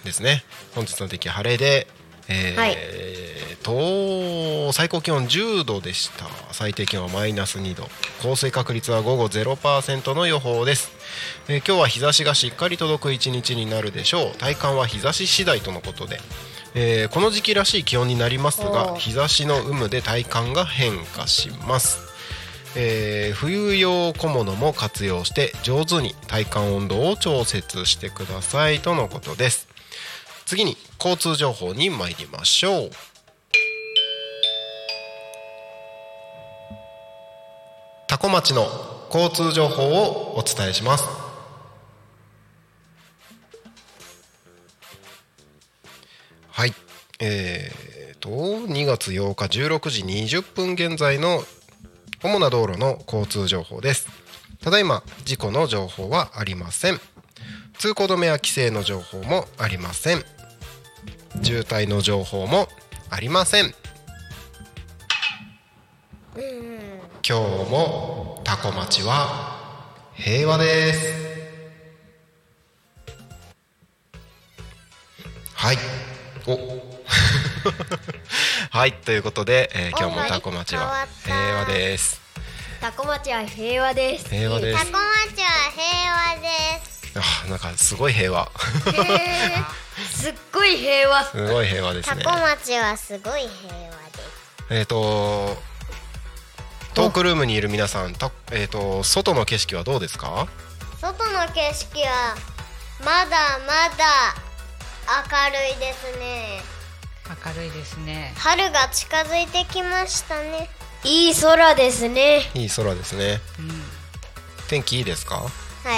Speaker 1: ですね本日の天気は晴れでえー
Speaker 6: はい
Speaker 1: と最高気温10度でした最低気温はマイナス2度降水確率は午後0%の予報です、えー今日は日差しがしっかり届く一日になるでしょう体感は日差し次第とのことで、えーこの時期らしい気温になりますが
Speaker 6: おー
Speaker 1: 日差しの有無で体感が変化しますえー冬用小物も活用して上手に体感温度を調節してくださいとのことです次に交通情報に参りましょうタコ町の交通情報をお伝えしますはいえー、と2月8日16時20分現在の主な道路の交通情報ですただいま事故の情報はありません通行止めや規制の情報もありません渋滞の情報もありません今日もタコ町は平和ですはいお <laughs> はいということで、えー今日もタコ町は平和です
Speaker 6: タコ町は平和です
Speaker 1: 平和で
Speaker 5: タコ
Speaker 1: す
Speaker 5: 町は平和です
Speaker 1: あなんかすごい平
Speaker 5: <laughs>
Speaker 1: 和
Speaker 6: すっごい平和
Speaker 1: すごい平和です
Speaker 5: タ
Speaker 1: ね
Speaker 5: コ町はすごい平和です
Speaker 1: えっ、とトークルームにいる皆さんたえっ、と外の景色はどうですか
Speaker 5: 外の景色はまだまだ明るいですね
Speaker 2: 明るいですね
Speaker 5: 春が近づいてきましたね
Speaker 6: いい空ですね
Speaker 1: いい空ですね、天気いいですか
Speaker 5: は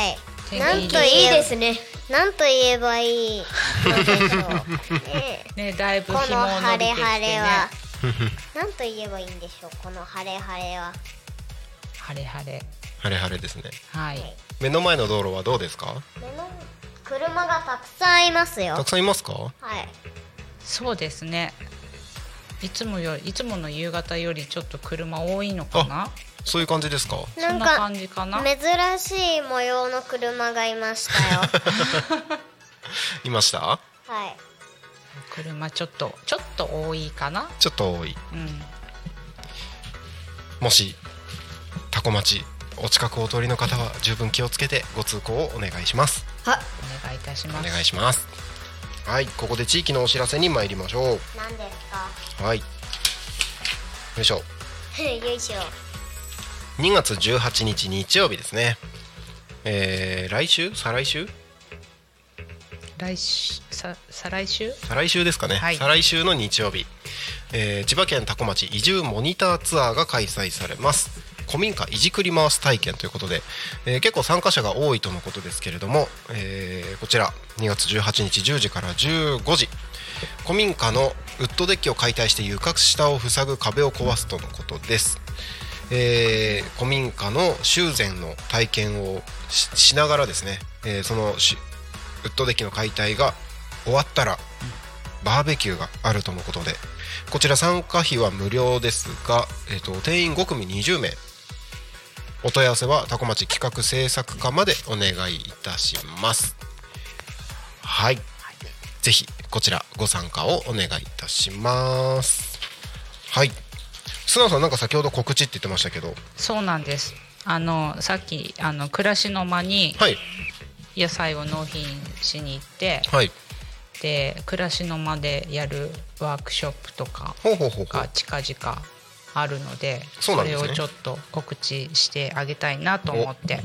Speaker 5: い
Speaker 2: 天気
Speaker 5: なん
Speaker 2: いい
Speaker 5: と
Speaker 6: い
Speaker 5: い
Speaker 6: い
Speaker 5: え
Speaker 6: ですね
Speaker 5: なんと言えばいいのでしょう、ね、
Speaker 2: ねだいぶ
Speaker 5: こ
Speaker 2: 日
Speaker 5: の
Speaker 2: も伸
Speaker 5: 晴
Speaker 2: びて
Speaker 5: れ
Speaker 2: きて
Speaker 5: 晴れ
Speaker 2: ね
Speaker 5: はなんと言えばいいんでしょうこの晴れ晴れは
Speaker 2: 晴れ晴れ
Speaker 1: 晴れ晴れですね
Speaker 2: はい
Speaker 1: 目の前の道路はどうですか
Speaker 5: 目の車がたくさんいますよ
Speaker 1: たくさんいますか
Speaker 5: はい
Speaker 2: そうですねいつもよいつもの夕方よりちょっと車多いのかな
Speaker 1: そういう感じですか
Speaker 5: なん
Speaker 2: そんな感じかな
Speaker 5: 珍しい模様の車がいま
Speaker 1: <laughs>
Speaker 5: したよ
Speaker 1: いました
Speaker 5: はい
Speaker 2: 車ちょっとちょっと多いかな
Speaker 1: ちょっと多い
Speaker 2: うん
Speaker 1: もしタコ町お近くお通りの方は十分気をつけてご通行をお願いします
Speaker 6: は
Speaker 2: お願いいたし
Speaker 1: お
Speaker 2: ます
Speaker 1: 願いしますはいここで地域のお知らせに参りましょ
Speaker 5: 何ですか <laughs>
Speaker 1: うはいよいしょ
Speaker 5: よいしょ
Speaker 1: 2月18日日曜日ですねえー、来週再来週
Speaker 2: 来週さ再来週
Speaker 1: 再来週ですかね、
Speaker 2: はい
Speaker 1: 再来週の日曜日、えー千葉県多古町移住モニターツアーが開催されます古民家いじくり回す体験ということで、えー結構参加者が多いとのことですけれども、えーこちら2月18日10時から15時古民家のウッドデッキを解体して床下を塞ぐ壁を壊すとのことです、えー古民家の修繕の体験をししながらですね、えーそのしウッドデッキの解体が終わったらバーベキューがあるとのことでこちら参加費は無料ですが、えっと定員5組20名お問い合わせはタコ町企画制作課までお願いいたしますはい、ぜひこちらご参加をお願いいたしますはい須野さんなんか先ほど告知って言ってましたけど
Speaker 2: そうなんですあのさっきあの暮らしの間に
Speaker 1: はい
Speaker 2: 野菜を納品しに行って、
Speaker 1: はい
Speaker 2: で暮らしの間でやるワークショップとか
Speaker 1: ほうほうほうほ
Speaker 2: が
Speaker 1: う
Speaker 2: 近々あるので
Speaker 1: そうなんですね
Speaker 2: れをちょっと告知してあげたいなと思って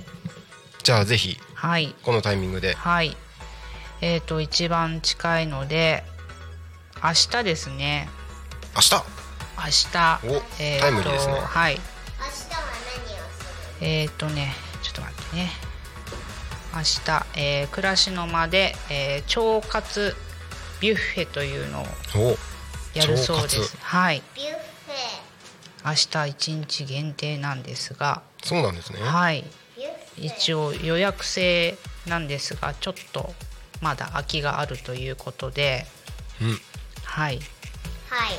Speaker 1: じゃあぜひ
Speaker 2: はい
Speaker 1: このタイミングで
Speaker 2: はいえっ、と一番近いので明日ですね
Speaker 1: 明日
Speaker 2: 明日
Speaker 1: お
Speaker 2: ーと
Speaker 1: タイムリーですね
Speaker 2: はい
Speaker 5: 明日は何をする
Speaker 2: えっ、とねちょっと待ってね明日、えー暮らしの間で、えー腸活ビュッフェというのを
Speaker 1: お
Speaker 2: やるそう
Speaker 1: 腸
Speaker 2: で
Speaker 1: 活
Speaker 2: すはい
Speaker 5: ビュッフ
Speaker 2: 明日一日限定なんですが
Speaker 1: そうなんですね
Speaker 2: はい
Speaker 5: ェビュッフェ
Speaker 2: 一応予約制なんですがちょっとまだ空きがあるということで
Speaker 1: うん
Speaker 2: はい
Speaker 5: はい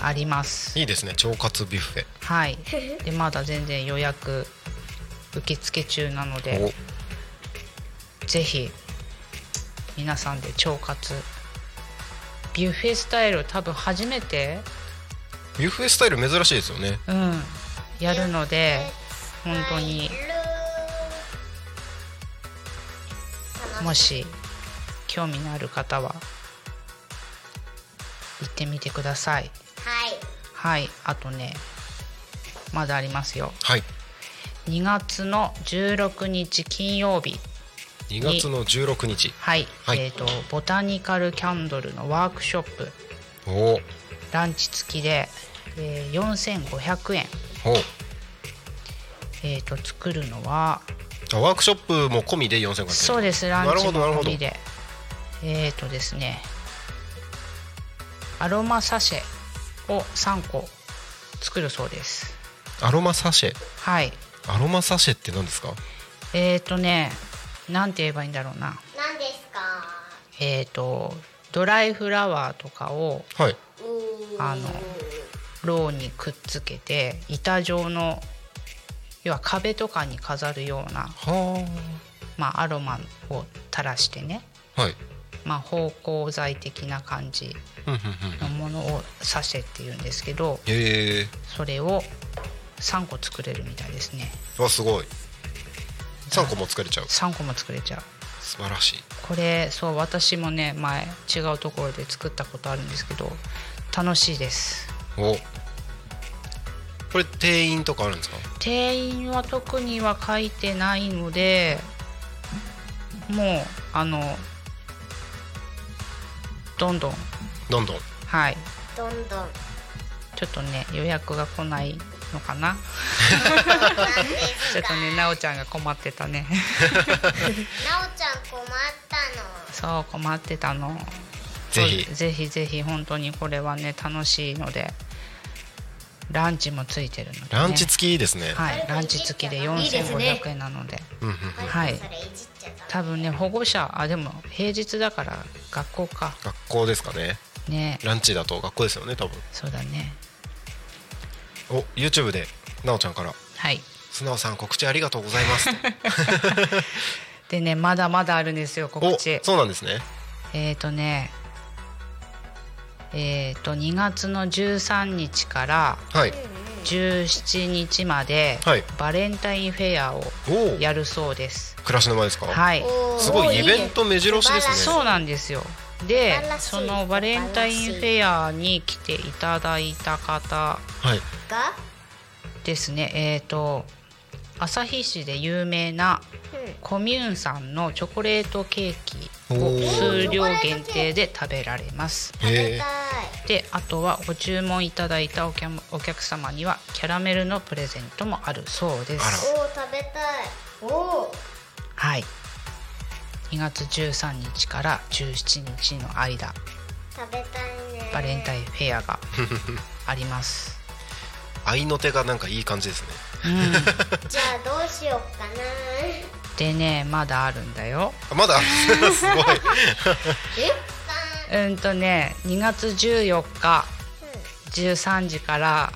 Speaker 2: あります
Speaker 1: いいですね腸活ビュッフェ
Speaker 2: はいでまだ全然予約受付中なの
Speaker 1: お
Speaker 2: でぜひ皆さんで腸活ビュッフェスタイル多分初めて、
Speaker 1: ビュッフェスタイル珍しいですよね
Speaker 2: うん、やるので本当に
Speaker 5: ルー
Speaker 2: もし興味のある方は行ってみてください
Speaker 5: はい
Speaker 2: はいあとねまだありますよ
Speaker 1: はい
Speaker 2: 2月の16日金曜日
Speaker 1: 2月の16日
Speaker 2: はい、
Speaker 1: はい
Speaker 2: えっ、とボタニカルキャンドルのワークショップ
Speaker 1: おお
Speaker 2: ランチ付きで、えー4500円、
Speaker 1: お
Speaker 2: えー、と作るのは
Speaker 1: あワークショップも込みで4500円
Speaker 2: そうですラン
Speaker 1: な
Speaker 2: チ
Speaker 1: る
Speaker 2: も
Speaker 1: ほど
Speaker 2: 込
Speaker 1: な
Speaker 2: み
Speaker 1: る
Speaker 2: でえっ、とですねアロマサシェを3個作るそうです
Speaker 1: ほどアロマサシェ
Speaker 2: はい
Speaker 1: アロマサシェって何ですか
Speaker 2: えっ、とねなんて言えばいいんだろうな
Speaker 5: 何ですか
Speaker 2: えっ、とドライフラワーとかを
Speaker 1: はいう
Speaker 5: ー
Speaker 2: あのローにくっつけて板状の要は壁とかに飾るような、
Speaker 1: は
Speaker 2: まあ、アロマを垂らしてね、
Speaker 1: あはい
Speaker 2: まあ、芳香剤的な感じ
Speaker 1: うんうんうん
Speaker 2: のものをサシェっていうんですけど
Speaker 1: へえ
Speaker 2: それを3個作れるみたいですね
Speaker 1: わすごい3個も作れちゃう
Speaker 2: 3個も作れちゃう
Speaker 1: 素晴らしい
Speaker 2: これそう私もね前違うところで作ったことあるんですけど楽しいです
Speaker 1: おこれ定員とかあるんですか
Speaker 2: 定員は特には書いてないのでもうあのどんどん
Speaker 1: どんどん
Speaker 2: はい
Speaker 5: どん
Speaker 1: <laughs>
Speaker 5: どん
Speaker 2: ちょっとね予約が来ないのかなちょっとねなおちゃんが困って
Speaker 1: <laughs>
Speaker 2: たね
Speaker 5: なおちゃん困った
Speaker 2: そう困ってたの
Speaker 1: ぜひ
Speaker 2: そうぜひぜひ本当にこれはね楽しいのでランチもついてるので、ね、
Speaker 1: ランチ付きですね
Speaker 2: はいランチ付きで
Speaker 6: いですね
Speaker 2: 4500円なので
Speaker 1: うんうん
Speaker 5: の
Speaker 2: はい
Speaker 5: それいじっちゃった
Speaker 2: 多分ね保護者あでも平日だから学校か
Speaker 1: 学校ですかね
Speaker 2: ね
Speaker 1: ランチだと学校ですよね多分
Speaker 2: そうだね
Speaker 1: お YouTube でなおちゃんから
Speaker 2: はい
Speaker 1: 「素直さん告知ありがとうございます」
Speaker 2: でねまだまだあるんですよ <laughs> 告
Speaker 1: お
Speaker 2: 知
Speaker 1: そうなんですね
Speaker 2: えっ、ー、とねえっ、と2月の13日から
Speaker 1: はい
Speaker 2: 17日まで、
Speaker 1: はい
Speaker 2: バレンタインフェアを
Speaker 1: おお
Speaker 2: やるそうです
Speaker 1: 暮らしの前ですか、
Speaker 2: はい
Speaker 5: おー
Speaker 1: すごいイ
Speaker 5: ね
Speaker 1: ベント目白押しですね
Speaker 2: そうなんですよで
Speaker 5: 素晴らしい
Speaker 2: そのバレンタインフェアに来ていただいた方
Speaker 1: はい
Speaker 5: が
Speaker 2: ですねえっ、と旭市で有名なコミューンさんのチョコレートケーキ
Speaker 1: お
Speaker 2: を
Speaker 1: ー
Speaker 2: 数量限定で食べられます
Speaker 5: 食
Speaker 1: へ
Speaker 5: べ
Speaker 1: え
Speaker 5: たい
Speaker 2: であとはご注文いただいたお客お客様にはキャラメルのプレゼントもあるそうで
Speaker 1: あら
Speaker 2: す
Speaker 5: おー食べたいおー
Speaker 2: はい2月13日から17日の間
Speaker 5: 食べたいね
Speaker 2: バレンタインフェ
Speaker 1: <laughs>
Speaker 2: アがあります、
Speaker 1: 愛の手がなんかいい感じですね
Speaker 2: うん、
Speaker 5: じゃあどうしようかなえ
Speaker 2: でねまだあるんだよ
Speaker 1: あまだ <laughs> すごい
Speaker 2: うんとね2月14日13時から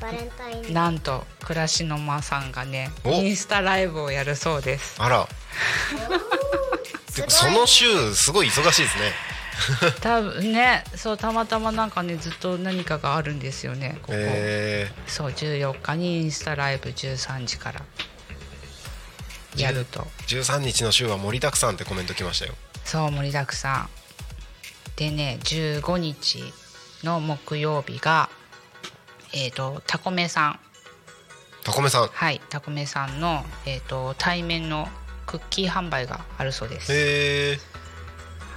Speaker 5: バレンタイン
Speaker 2: なんと倉の間さんがね
Speaker 1: お
Speaker 2: インスタライブをやるそうです
Speaker 1: <laughs> あらでもその週すごい忙しいですね
Speaker 2: 多分ねそうたまたまなんかねずっと何かがあるんですよねここ、
Speaker 1: え
Speaker 2: そう14日にインスタライブ13時からやると
Speaker 1: ー、13日の週は盛りだくさんってコメント来ましたよ
Speaker 2: そう盛りだくさんでね15日の木曜日がえっ、とタコメさん
Speaker 1: タコメさん
Speaker 2: はい、タコメさんの、えー、と対面のクッキー販売があるそうです。
Speaker 1: へえ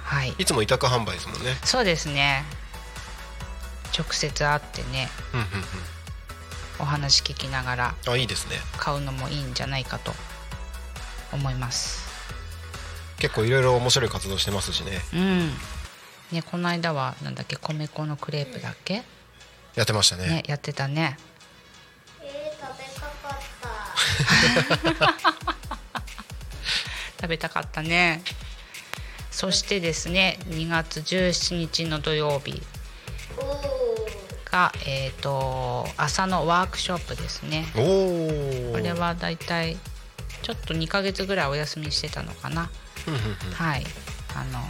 Speaker 2: はい、
Speaker 1: いつも委託販売ですもんね
Speaker 2: そうですね。直接会ってね、
Speaker 1: うんうん
Speaker 2: お話聞きながら
Speaker 1: うんあいいですね
Speaker 2: 買うのもいいんじゃないかと思います。
Speaker 1: 結構いろいろ面白い活動してますしね
Speaker 2: うん。ね、この間はなんだっけ、米粉のクレープだっけ？
Speaker 1: やってましたね
Speaker 2: ね、やってたね。
Speaker 5: えー、食べたかった
Speaker 2: 食べたかったねそしてですね2月17日の土曜日がえっ、と朝のワークショップですね
Speaker 1: おお
Speaker 2: これはだいたいちょっと2ヶ月ぐらいお休みしてたのかなはいあの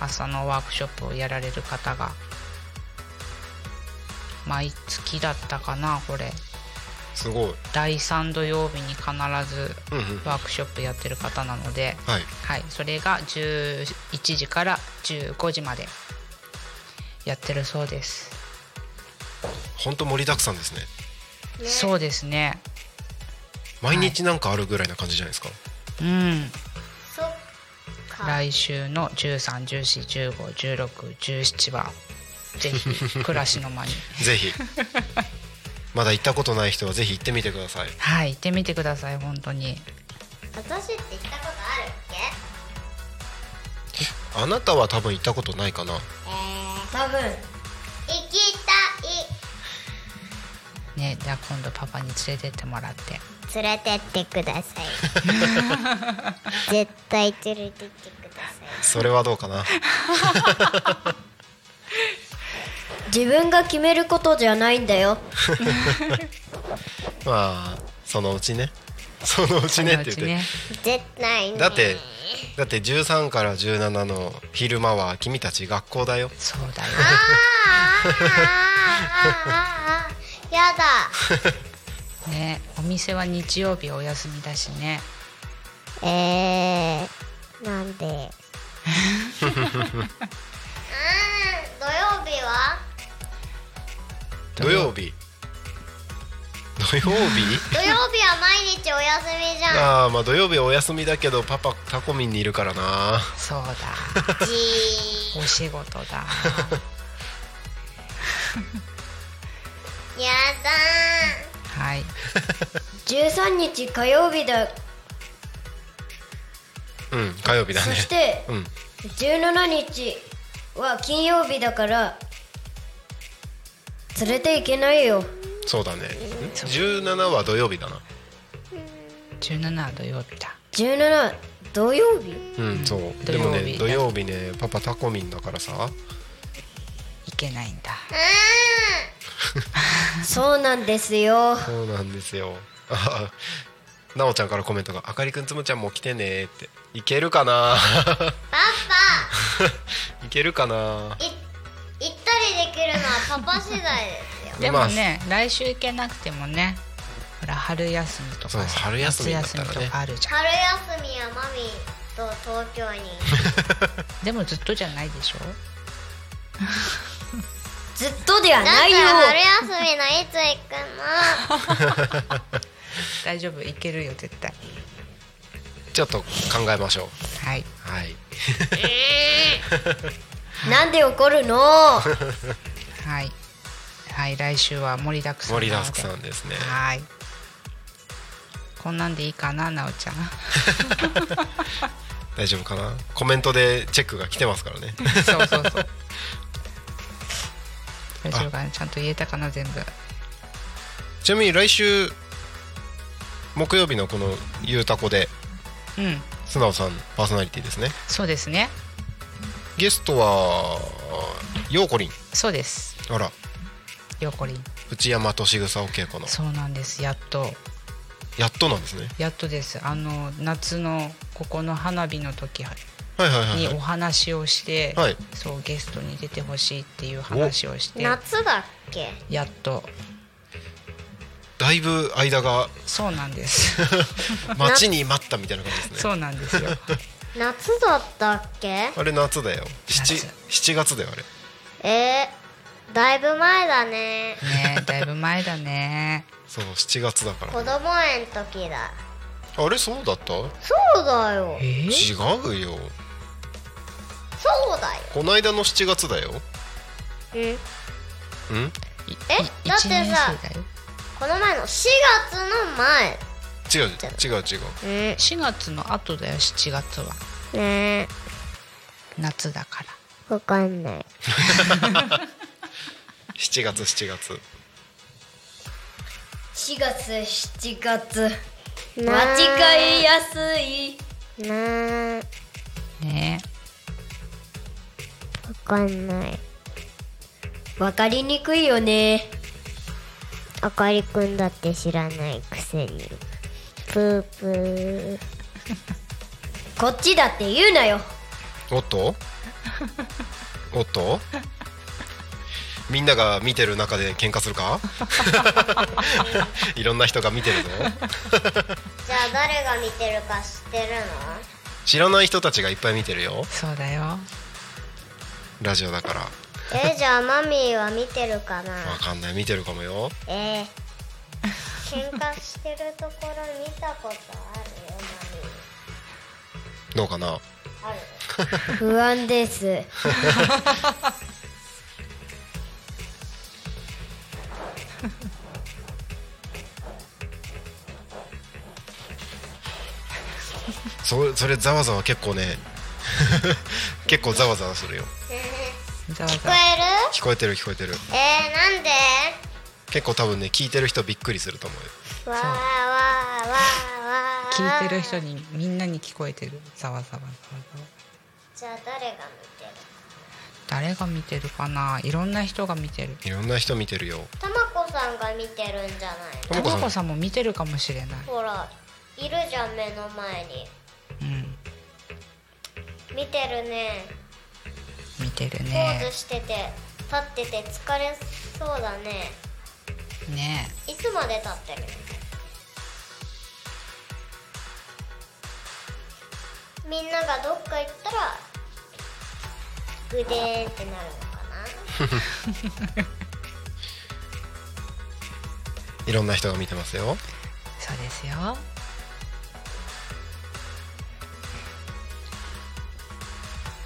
Speaker 2: 朝のワークショップをやられる方が毎月だったかなこれ
Speaker 1: すごい
Speaker 2: 第3土曜日に必ず
Speaker 1: うんうん
Speaker 2: ワークショップやってる方なので、
Speaker 1: はい
Speaker 2: はい、それが11時から15時までやってるそうです、
Speaker 1: 本当盛りだくさんですね
Speaker 2: そうですね
Speaker 1: 毎日なんかあるぐらいな感じじゃないですか、
Speaker 2: うん
Speaker 5: そっか
Speaker 2: 来週の1314151617はぜひ暮らしの
Speaker 1: <laughs>
Speaker 2: 間に
Speaker 1: ぜひまだ行ったことない人はぜひ行ってみてください
Speaker 2: はい行ってみてください本当に
Speaker 5: 私って言ったことあるっけ
Speaker 1: あなたは多分行ったことないかな
Speaker 5: 多分行きた
Speaker 2: ねじゃあ今度パパに連れてってもらって
Speaker 5: い連れてってください絶対連れてってください
Speaker 1: それはどうか <laughs> な
Speaker 6: 自分が決めることじゃないんだよ
Speaker 1: まあそのうちねそのうちねって言って、
Speaker 5: 絶対ね
Speaker 1: だってだって13から17の昼間は君たち学校だよ
Speaker 2: そうだよ
Speaker 5: あーあーあーあーやだ
Speaker 2: ねお店は日曜日お休みだしね
Speaker 5: えー、なんでうーん土曜日は
Speaker 1: 土曜日土曜日
Speaker 5: 土曜日は毎日お休みじゃん
Speaker 1: ああまあ土曜日お休みだけどパパタコミンにいるからな
Speaker 2: そう
Speaker 1: <laughs>
Speaker 2: だ
Speaker 5: じ
Speaker 2: お仕事だ
Speaker 5: ーやだ
Speaker 2: はい
Speaker 6: 13日火曜日だ
Speaker 1: うん火曜日だ
Speaker 6: そ
Speaker 1: ね
Speaker 6: して
Speaker 1: うん
Speaker 6: 17日は金曜日だから連れていけないよ
Speaker 1: そうだねん17は土曜日だな
Speaker 2: 17は土曜日だ
Speaker 6: 17土曜日
Speaker 1: うんそうで
Speaker 2: 土曜日
Speaker 1: もね土曜日ねパパタコミンだからさ
Speaker 2: いけないんだ
Speaker 5: ー
Speaker 6: そうなんですよ。
Speaker 1: そうなんですよ <laughs> あなおちゃんからコメントが「あかりくんつむちゃんも来てね」って「いけるかな?
Speaker 5: パパ」
Speaker 1: <laughs> いけるかない
Speaker 5: 一人で来るのはパパ次第 <laughs> ですよ
Speaker 2: でもね来週行けなくてもねほら春休みとか
Speaker 1: そう
Speaker 2: さ
Speaker 1: 春休みになったらね
Speaker 2: 夏休みとかあるじゃん
Speaker 5: 春休みはマミと東京に
Speaker 2: でもずっとじゃないでしょ
Speaker 6: ずっとでは
Speaker 5: だか
Speaker 6: ないよ。
Speaker 5: ら春休みのいつ行く <laughs> の
Speaker 2: 大丈夫行けるよ絶対
Speaker 1: ちょっと考えましょ
Speaker 2: はいう
Speaker 1: はい
Speaker 6: なんで怒るの。
Speaker 2: はいはい来週は盛りだくさんなの
Speaker 1: 盛
Speaker 2: で
Speaker 1: りだくさんですね
Speaker 2: はいこんなんでいいかなな
Speaker 1: <laughs>
Speaker 2: おちゃん
Speaker 1: 大丈夫かなコメントでチェックが来てますからね
Speaker 2: そうそう
Speaker 1: <laughs>
Speaker 2: そう大丈夫かなちゃんと言えたかな全部
Speaker 1: ちなみに来週木曜日のこの「ゆうたこ」で
Speaker 2: うん
Speaker 1: 素直さんパーソナリティですね
Speaker 2: そうですね
Speaker 1: ゲストはようこりん
Speaker 2: そうです
Speaker 1: あら
Speaker 2: よこりん
Speaker 1: 内山俊草お稽古の
Speaker 2: そうなんですやっと
Speaker 1: やっとなんですね
Speaker 2: やっとですあの夏のここの花火の時
Speaker 1: はいはいはい
Speaker 2: に
Speaker 1: はい
Speaker 2: お話をして、
Speaker 1: はい
Speaker 2: そうゲストに出てほしいっていう話をして
Speaker 5: 夏だっけ
Speaker 2: やっと
Speaker 1: だいぶ間が
Speaker 2: そうなんです
Speaker 1: <laughs> 待ちに待ったみたいな感じですね
Speaker 2: そうなんですよ
Speaker 5: 夏だったっけ
Speaker 1: あれ夏だよ 7, 7月だよあれ
Speaker 5: えー、だいぶ前だね
Speaker 2: ねだいぶ前だね
Speaker 1: そう7月だから
Speaker 5: 子供園の時だ
Speaker 1: あれそうだった
Speaker 5: そうだよ
Speaker 2: え
Speaker 1: 違うよ
Speaker 5: そうだよ
Speaker 1: こないだの7月だよ
Speaker 5: うん
Speaker 1: うん
Speaker 5: えだって
Speaker 2: 一年
Speaker 5: さ
Speaker 2: 生だよ
Speaker 5: この前の4月の前
Speaker 1: 違う違う違う
Speaker 5: うん
Speaker 2: 4月の後だよ7月は
Speaker 5: ねえ
Speaker 2: 夏だから
Speaker 5: わかんない
Speaker 1: 7月7月
Speaker 6: 4月7月
Speaker 5: なあ
Speaker 6: 間違いやすい
Speaker 5: なあ
Speaker 2: ね
Speaker 5: わかんない
Speaker 6: わかりにくいよね
Speaker 5: あかりくんだって知らないくせにプープー
Speaker 6: こっちだって言うなよ
Speaker 1: おっ
Speaker 2: <laughs>
Speaker 1: とおっとみんなが見てる中で喧嘩するか <laughs> いろんな人が見てるぞ
Speaker 5: じゃあ誰が見てるか知ってる <laughs> の
Speaker 1: 知らない人たちがいっぱい見てるよ
Speaker 2: そうだよ
Speaker 1: ラジオだから
Speaker 5: えじゃあマミーは見てる <laughs> かな
Speaker 1: わかんない見てるかもよ
Speaker 5: えー、喧嘩してるところ見たことあるよ
Speaker 1: どうかな
Speaker 5: マミーある
Speaker 6: 不安です
Speaker 1: そそれざわざわ結構ね <laughs> 結構ざわざわするよ
Speaker 2: ざわ
Speaker 5: 聞
Speaker 2: ざ
Speaker 5: こ
Speaker 2: わ
Speaker 5: える
Speaker 1: 聞こえてる聞こえてる
Speaker 5: えー、なんで
Speaker 1: 結構多分ね聞いてる人びっくりすると思うよ
Speaker 5: わーわーわーわー
Speaker 2: 聞いてる人にみんなに聞こえてるざわざわざわざわ
Speaker 5: じゃあ誰が見てる
Speaker 2: 誰が見てるかないろんな人が見てる
Speaker 1: いろんな人見てるよ
Speaker 5: たまこさんが見てるんじゃない
Speaker 1: と
Speaker 2: た
Speaker 1: もこ
Speaker 2: ま
Speaker 1: さ
Speaker 2: こ
Speaker 1: ん
Speaker 2: さんも見てるかもしれない
Speaker 5: のほらいるじゃん目の前に
Speaker 2: うん
Speaker 5: 見てるね
Speaker 2: 見てる
Speaker 5: ポー
Speaker 2: ね
Speaker 5: ズしてて立ってて疲れそうだね
Speaker 2: ね
Speaker 5: いつまで立ってるみんながどっか行ったらぐでーんってなるのか
Speaker 1: いろんな人が見てますよ
Speaker 2: そうですよ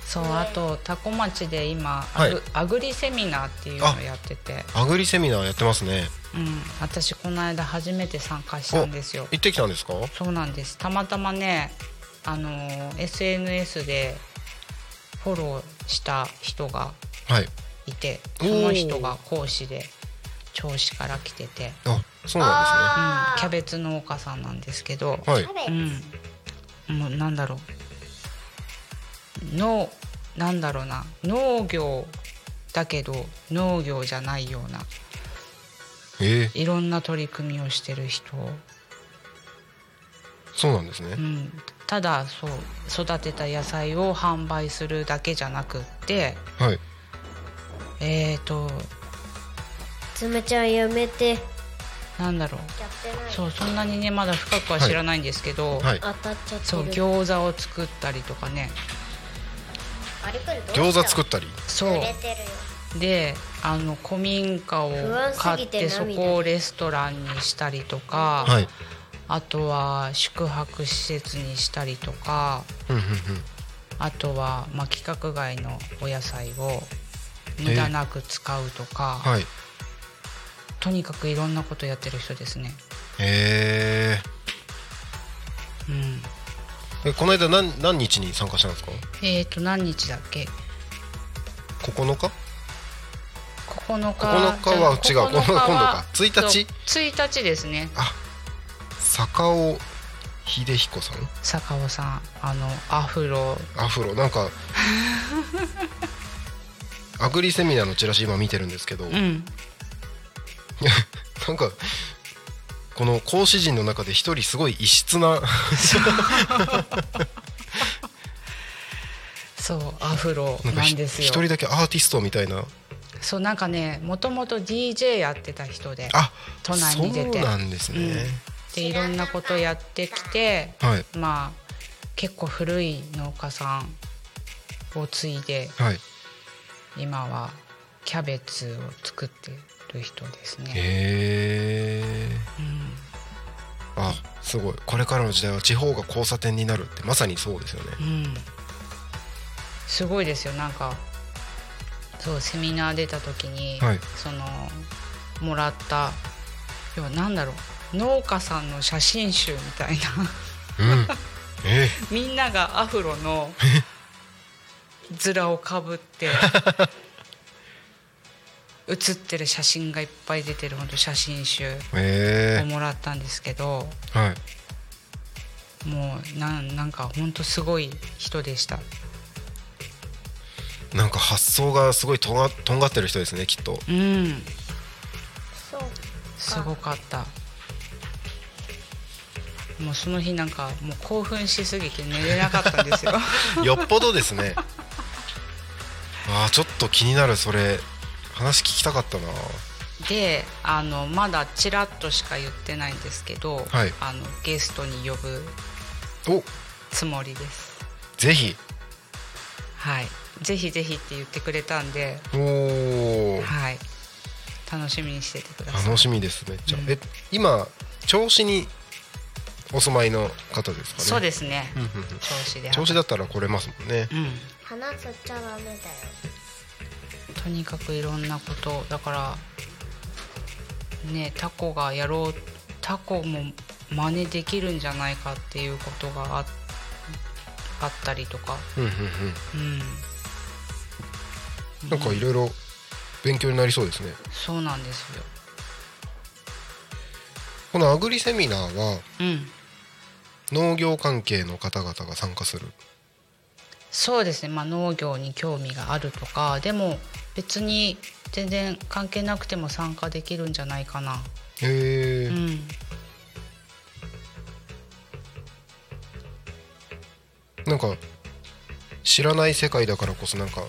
Speaker 2: そうあと多古町で今、ア
Speaker 1: はい
Speaker 2: グアグリセミナーっていうのをやってて、
Speaker 1: アグリセミナーやってますね
Speaker 2: うん、私この間初めて参加したんですよ
Speaker 1: 行ってきたんですか
Speaker 2: そうなんですたまたまねあのー SNS でフォローした人が
Speaker 1: はい
Speaker 2: いて
Speaker 1: お
Speaker 2: そ
Speaker 1: ー
Speaker 2: の人が講師で銚子から来てて、
Speaker 1: あそうなん
Speaker 2: うん
Speaker 5: あ、ー
Speaker 2: キャベツ農家さんなんですけど、
Speaker 1: ですね
Speaker 5: な
Speaker 1: は
Speaker 5: 食べて
Speaker 2: うん、もうなんだろう農なんだろうな農業だけど農業じゃないような
Speaker 1: ええ
Speaker 2: いろんな取り組みをしてる人、
Speaker 1: そうなんですね
Speaker 2: う。ん、ただそう育てた野菜を販売するだけじゃなくって
Speaker 1: はい。
Speaker 2: えっ、ー、と
Speaker 6: <laughs> つむちゃんやめて
Speaker 2: なんだろう
Speaker 5: やってない
Speaker 2: そうそんなにねまだ深くは知らないんですけど、
Speaker 1: はい。
Speaker 6: 当たっちゃってる
Speaker 2: そう餃子を作ったりとかね
Speaker 5: あれくるどう
Speaker 1: 餃子作ったり。
Speaker 2: そ
Speaker 5: 売れ
Speaker 2: う
Speaker 5: てるよ
Speaker 2: であの古民家を
Speaker 6: 不安す
Speaker 2: 買
Speaker 6: ぎ
Speaker 2: って
Speaker 6: て
Speaker 2: そ
Speaker 6: 涙
Speaker 2: こをレストランにしたりとか、
Speaker 1: はい。
Speaker 2: あとは宿泊施設にしたりとか
Speaker 1: うんうんうん。
Speaker 2: あとは、まあ、規格外のお野菜を無駄なく使うとか、
Speaker 1: はい。
Speaker 2: とにかくいろんなことやってる人ですね。
Speaker 1: え
Speaker 2: うん、
Speaker 1: ええこの間何何日に参加したんですか
Speaker 2: えっ、と何日だっけ？
Speaker 1: ？9日？
Speaker 2: 9日。
Speaker 1: 9日は違う
Speaker 2: 9日は
Speaker 1: 今度か1日
Speaker 2: そう1日ですね。
Speaker 1: あ、坂尾秀彦さん？
Speaker 2: 坂尾さん、あのアフロ、
Speaker 1: アフロ
Speaker 2: <laughs>
Speaker 1: なんかアグリセミナーのチラシ今見てるんですけど、
Speaker 2: うん、
Speaker 1: なんかこの講師陣の中で一人すごい異質
Speaker 2: <laughs>
Speaker 1: な
Speaker 2: そうアフロ
Speaker 1: なんか
Speaker 2: なん
Speaker 1: ひ
Speaker 2: です
Speaker 1: 一
Speaker 2: よ。
Speaker 1: 人だけアーティストみたいな
Speaker 2: そうなんかね、もともと DJ やってた人で、
Speaker 1: あ
Speaker 2: 都内に出て
Speaker 1: そうなんですね、
Speaker 2: でいろんなことやってきて、
Speaker 1: はい
Speaker 2: まあ結構古い農家さんを継いで
Speaker 1: はい
Speaker 2: 今はキャベツを作ってる人ですね。
Speaker 1: へえあすごいこれからの時代は地方が交差点になるってまさにそうですよね
Speaker 2: うん、すごいですよなんかそうセミナー出た時に、
Speaker 1: はい
Speaker 2: そのもらった要は何だろう農家さんの写真集みたいな
Speaker 1: うんえ
Speaker 2: みんながアフロの面をかぶって写ってる写真がいっぱい出てる本当写真集
Speaker 1: ええ
Speaker 2: をもらったんですけど、
Speaker 1: えはい
Speaker 2: もうなんなんか本当すごい人でした。
Speaker 1: なんか発想がすごいとがとんがってる人ですねきっと
Speaker 2: うん
Speaker 5: そう
Speaker 2: すごかったもうその日なんかもう興奮しすぎて寝れなかったんですよ
Speaker 1: よっぽどです
Speaker 2: <laughs>
Speaker 1: ねあーちょっと気になるそれ話聞きたかったな
Speaker 2: であのまだちらっとしか言ってないんですけど、
Speaker 1: はい
Speaker 2: あのゲストに呼ぶ
Speaker 1: お
Speaker 2: つもりです
Speaker 1: ぜひ
Speaker 2: はいぜひぜひって言ってくれたんで
Speaker 1: おー
Speaker 2: はい楽しみにしててください
Speaker 1: 楽しみですめっちゃ、
Speaker 2: うん
Speaker 1: え今銚子にお住まいの方ですかね
Speaker 2: そうですすね調子で
Speaker 1: 銚子だったら来れますもんね
Speaker 2: うん
Speaker 5: 話しちゃダメだよ
Speaker 2: とにかくいろんなことだからねタコがやろうタコも真似できるんじゃないかっていうことがああったりとか、
Speaker 1: うんうん
Speaker 2: うん、
Speaker 1: うんなんかいろいろ勉強になりそうですね
Speaker 2: そうなんですよ。
Speaker 1: このアグリセミナーは
Speaker 2: うん、
Speaker 1: 農業関係の方々が参加する
Speaker 2: そうですね、まあ、農業に興味があるとかでも別に全然関係なくても参加できるんじゃないかな。
Speaker 1: へえ
Speaker 2: うん、
Speaker 1: なんか知らない世界だからこそなんか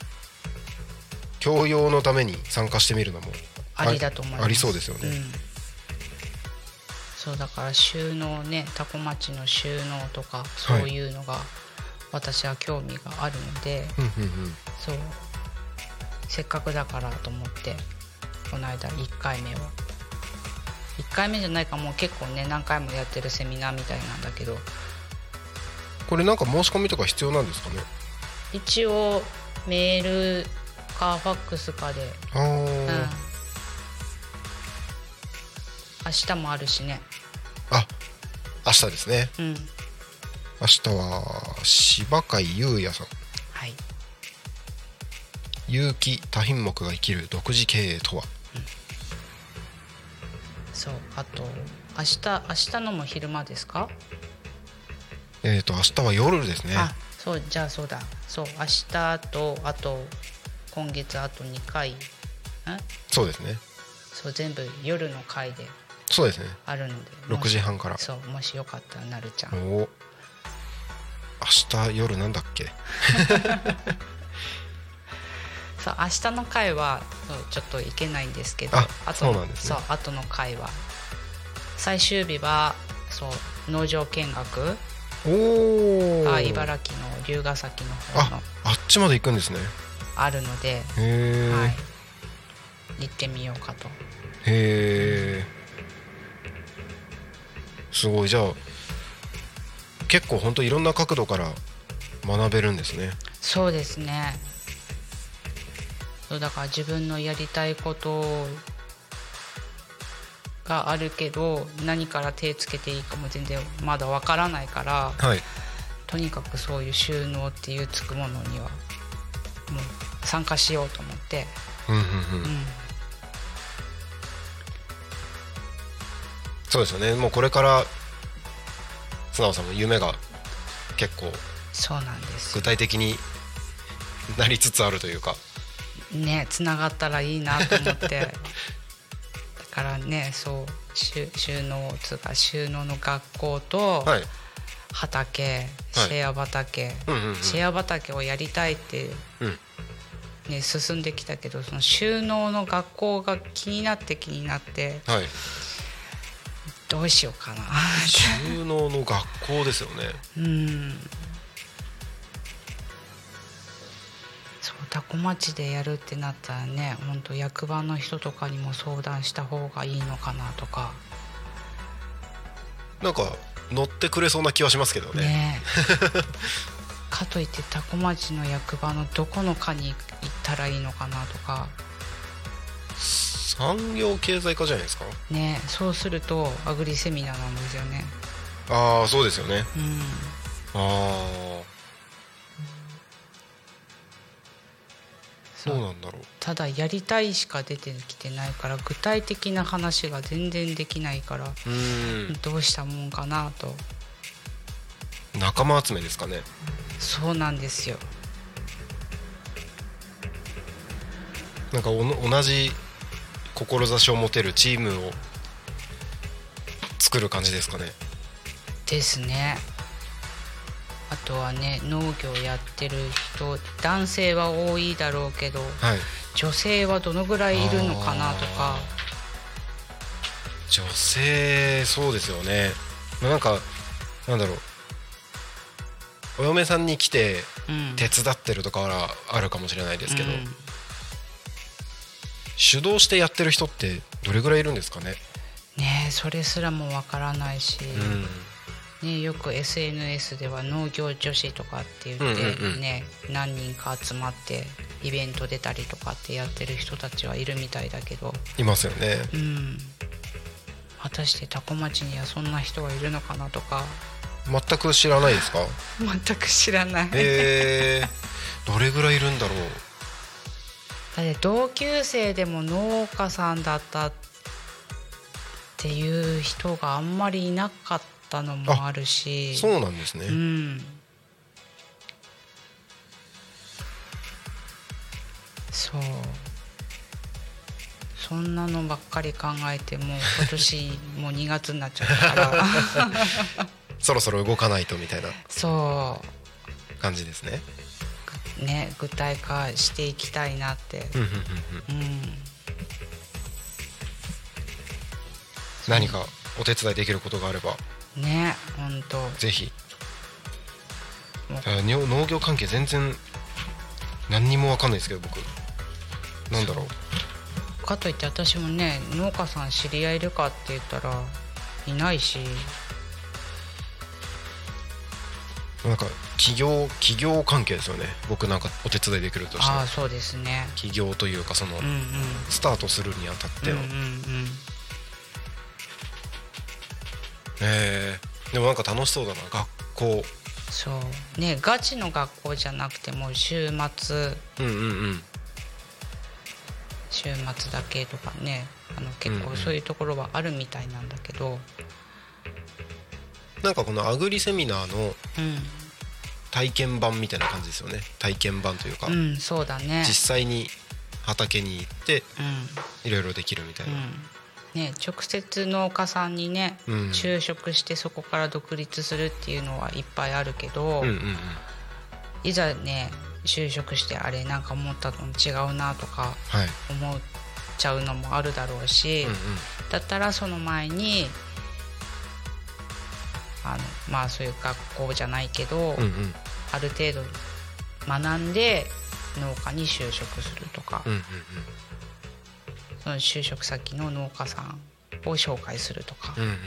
Speaker 1: 教養のために参加してみるのも
Speaker 2: ありだと思います
Speaker 1: ありそうですよね、
Speaker 2: うんそうだから収納ねタコ町の収納とかそういうのが私は興味があるので、
Speaker 1: うんうんうん
Speaker 2: そうせっかくだからと思ってこの間1回目を1回目じゃないかもう結構ね何回もやってるセミナーみたいなんだけど
Speaker 1: これなんか申し込みとか必要なんですかね
Speaker 2: 一応メールかファックスかで、
Speaker 1: あ
Speaker 2: うん、
Speaker 1: ー、
Speaker 2: 明日もあるしね
Speaker 1: あ明日ですね
Speaker 2: うん
Speaker 1: 明日は柴海優也さん
Speaker 2: はい
Speaker 1: 「有機多品目が生きる独自経営とは
Speaker 2: そうあと明日明日のも昼間ですか、」
Speaker 1: えっ、と明日は夜ですね
Speaker 2: あそうじゃあそうだそう明日とあと今月あと2回ん
Speaker 1: そうですね
Speaker 2: そう全部夜の回で
Speaker 1: そうですね
Speaker 2: あるので
Speaker 1: 6時半から
Speaker 2: そうもしよかったらなるちゃん
Speaker 1: お明日夜なんだっけ
Speaker 2: そう明日の回はそうちょっと行けないんですけど
Speaker 1: あ
Speaker 2: 後の
Speaker 1: そうなんですね
Speaker 2: そう後の回は最終日はそう農場見学
Speaker 1: お
Speaker 2: が
Speaker 1: お
Speaker 2: 茨城の龍ヶ崎の方
Speaker 1: あ
Speaker 2: の
Speaker 1: あっちまで行くんですね
Speaker 2: あるの
Speaker 1: へ
Speaker 2: で、
Speaker 1: え、
Speaker 2: はい、行ってみようか
Speaker 1: へ
Speaker 2: と
Speaker 1: えすごいじゃあ結構本当いろんな角度から学べるんですね
Speaker 2: そうですねそうだから自分のやりたいことがあるけど何から手つけていいかも全然まだわからないから
Speaker 1: はい
Speaker 2: とにかくそういう収納っていうつくものにはもう参加しようと思って、
Speaker 1: うんうんうん
Speaker 2: うん、
Speaker 1: そうですよねもうこれから素直さんも夢が結構
Speaker 2: そうなんです
Speaker 1: 具体的になりつつあるというか
Speaker 2: ねつながったらいいなと思って <laughs> だからねそう収収納つうか収納の学校と
Speaker 1: はい
Speaker 2: 畑、シェア畑、
Speaker 1: うんうんうん
Speaker 2: シェア畑をやりたいって、
Speaker 1: うん
Speaker 2: ね、進んできたけどその収納の学校が気になって気になって
Speaker 1: はい
Speaker 2: どうしよう
Speaker 1: <laughs>
Speaker 2: かな
Speaker 1: 収納の学校ですよね
Speaker 2: うんそう多古町でやるってなったらね本当役場の人とかにも相談した方がいいのかなとか
Speaker 1: なんか乗ってくれそうな気はしますけどね
Speaker 2: ね <laughs> かといって多古町の役場のどこの課に行ったらいいのかなとか
Speaker 1: 産業経済化じゃないですか
Speaker 2: ねそうするとアグリセミナーなんですよね
Speaker 1: ああそうですよね
Speaker 2: うん
Speaker 1: ああ
Speaker 2: そ
Speaker 1: そう
Speaker 2: う
Speaker 1: なんだろう
Speaker 2: ただやりたいしか出てきてないから具体的な話が全然できないから
Speaker 1: うーん
Speaker 2: どうしたもんかなと
Speaker 1: 仲間集めですかね
Speaker 2: そうなんですよ
Speaker 1: なんかおの同じ志を持てるチームを作る感じですかね
Speaker 2: ですねあとはね農業やってる人男性は多いだろうけど
Speaker 1: はい
Speaker 2: 女性はどのぐらいいるのかなとか
Speaker 1: 女性そうですよねまあなんかなんだろうお嫁さんに来て
Speaker 2: うん
Speaker 1: 手伝ってるとかはあるかもしれないですけど、
Speaker 2: うん
Speaker 1: 主導してやってる人ってどれぐらいいるんですかね、
Speaker 2: ねそれすらもわからないし、ね、よく SNS では農業女子とかって言って、
Speaker 1: うんうんうん
Speaker 2: ね何人か集まってイベント出たりとかってやってる人たちはいるみたいだけど、
Speaker 1: いますよね
Speaker 2: うん、果たしてタコ町にはそんな人がいるのかなとか
Speaker 1: 全く知らない
Speaker 2: <laughs>
Speaker 1: ですか
Speaker 2: 全く知らない、
Speaker 1: えー、どれぐらいいるんだろう
Speaker 2: だって同級生でも農家さんだったっていう人があんまりいなかったのもあるし
Speaker 1: そうなんですね、
Speaker 2: うんそうそんなのばっかり考えてもう今年もう2月になっちゃったから
Speaker 1: <laughs> そろそろ動かないとみたいな
Speaker 2: そ
Speaker 1: 感じですね
Speaker 2: うね具体化していきたいなって、うん、
Speaker 1: 何かお手伝いできることがあれば
Speaker 2: ね本当
Speaker 1: ぜひ
Speaker 2: うん
Speaker 1: あにょ農業関係全然何にも分かんないですけど僕なんだろう
Speaker 2: かといって私もね農家さん知り合いいるかって言ったらいないし
Speaker 1: なんか企業企業関係ですよね僕なんかお手伝いできるとした
Speaker 2: ああ
Speaker 1: ら
Speaker 2: ーそうですね
Speaker 1: 企業というかその、
Speaker 2: うんうん
Speaker 1: スタートするにあたって
Speaker 2: うん
Speaker 1: の、
Speaker 2: うんうん
Speaker 1: えーでもなんか楽しそうだな学校
Speaker 2: そうねガチの学校じゃなくても週末
Speaker 1: うんうんうん
Speaker 2: 週末だけとかねあの結
Speaker 1: うんう
Speaker 2: 構
Speaker 1: ん
Speaker 2: そういうところはあるみたいなんだけど
Speaker 1: なんかこのアグリセミナーの
Speaker 2: う
Speaker 1: 体験版みたいな感じですよね体験版というか、
Speaker 2: ん、うん、そうだね
Speaker 1: 実際に畑に行って
Speaker 2: うん
Speaker 1: いろいろできるみたいな、
Speaker 2: ね、直接農家さんにね、
Speaker 1: うん
Speaker 2: 就職してそこから独立するっていうのはいっぱいあるけど、
Speaker 1: うん、うんうん
Speaker 2: いざね就職してあれなんか思ったの違うなとか
Speaker 1: はい
Speaker 2: 思っちゃうのもあるだろうし、
Speaker 1: うんうん
Speaker 2: だったらその前にあのまあそういう学校じゃないけど、
Speaker 1: うんうん
Speaker 2: ある程度学んで農家に就職するとか、
Speaker 1: うんうん
Speaker 2: その就職先の農家さんを紹介するとか、
Speaker 1: うんうんうん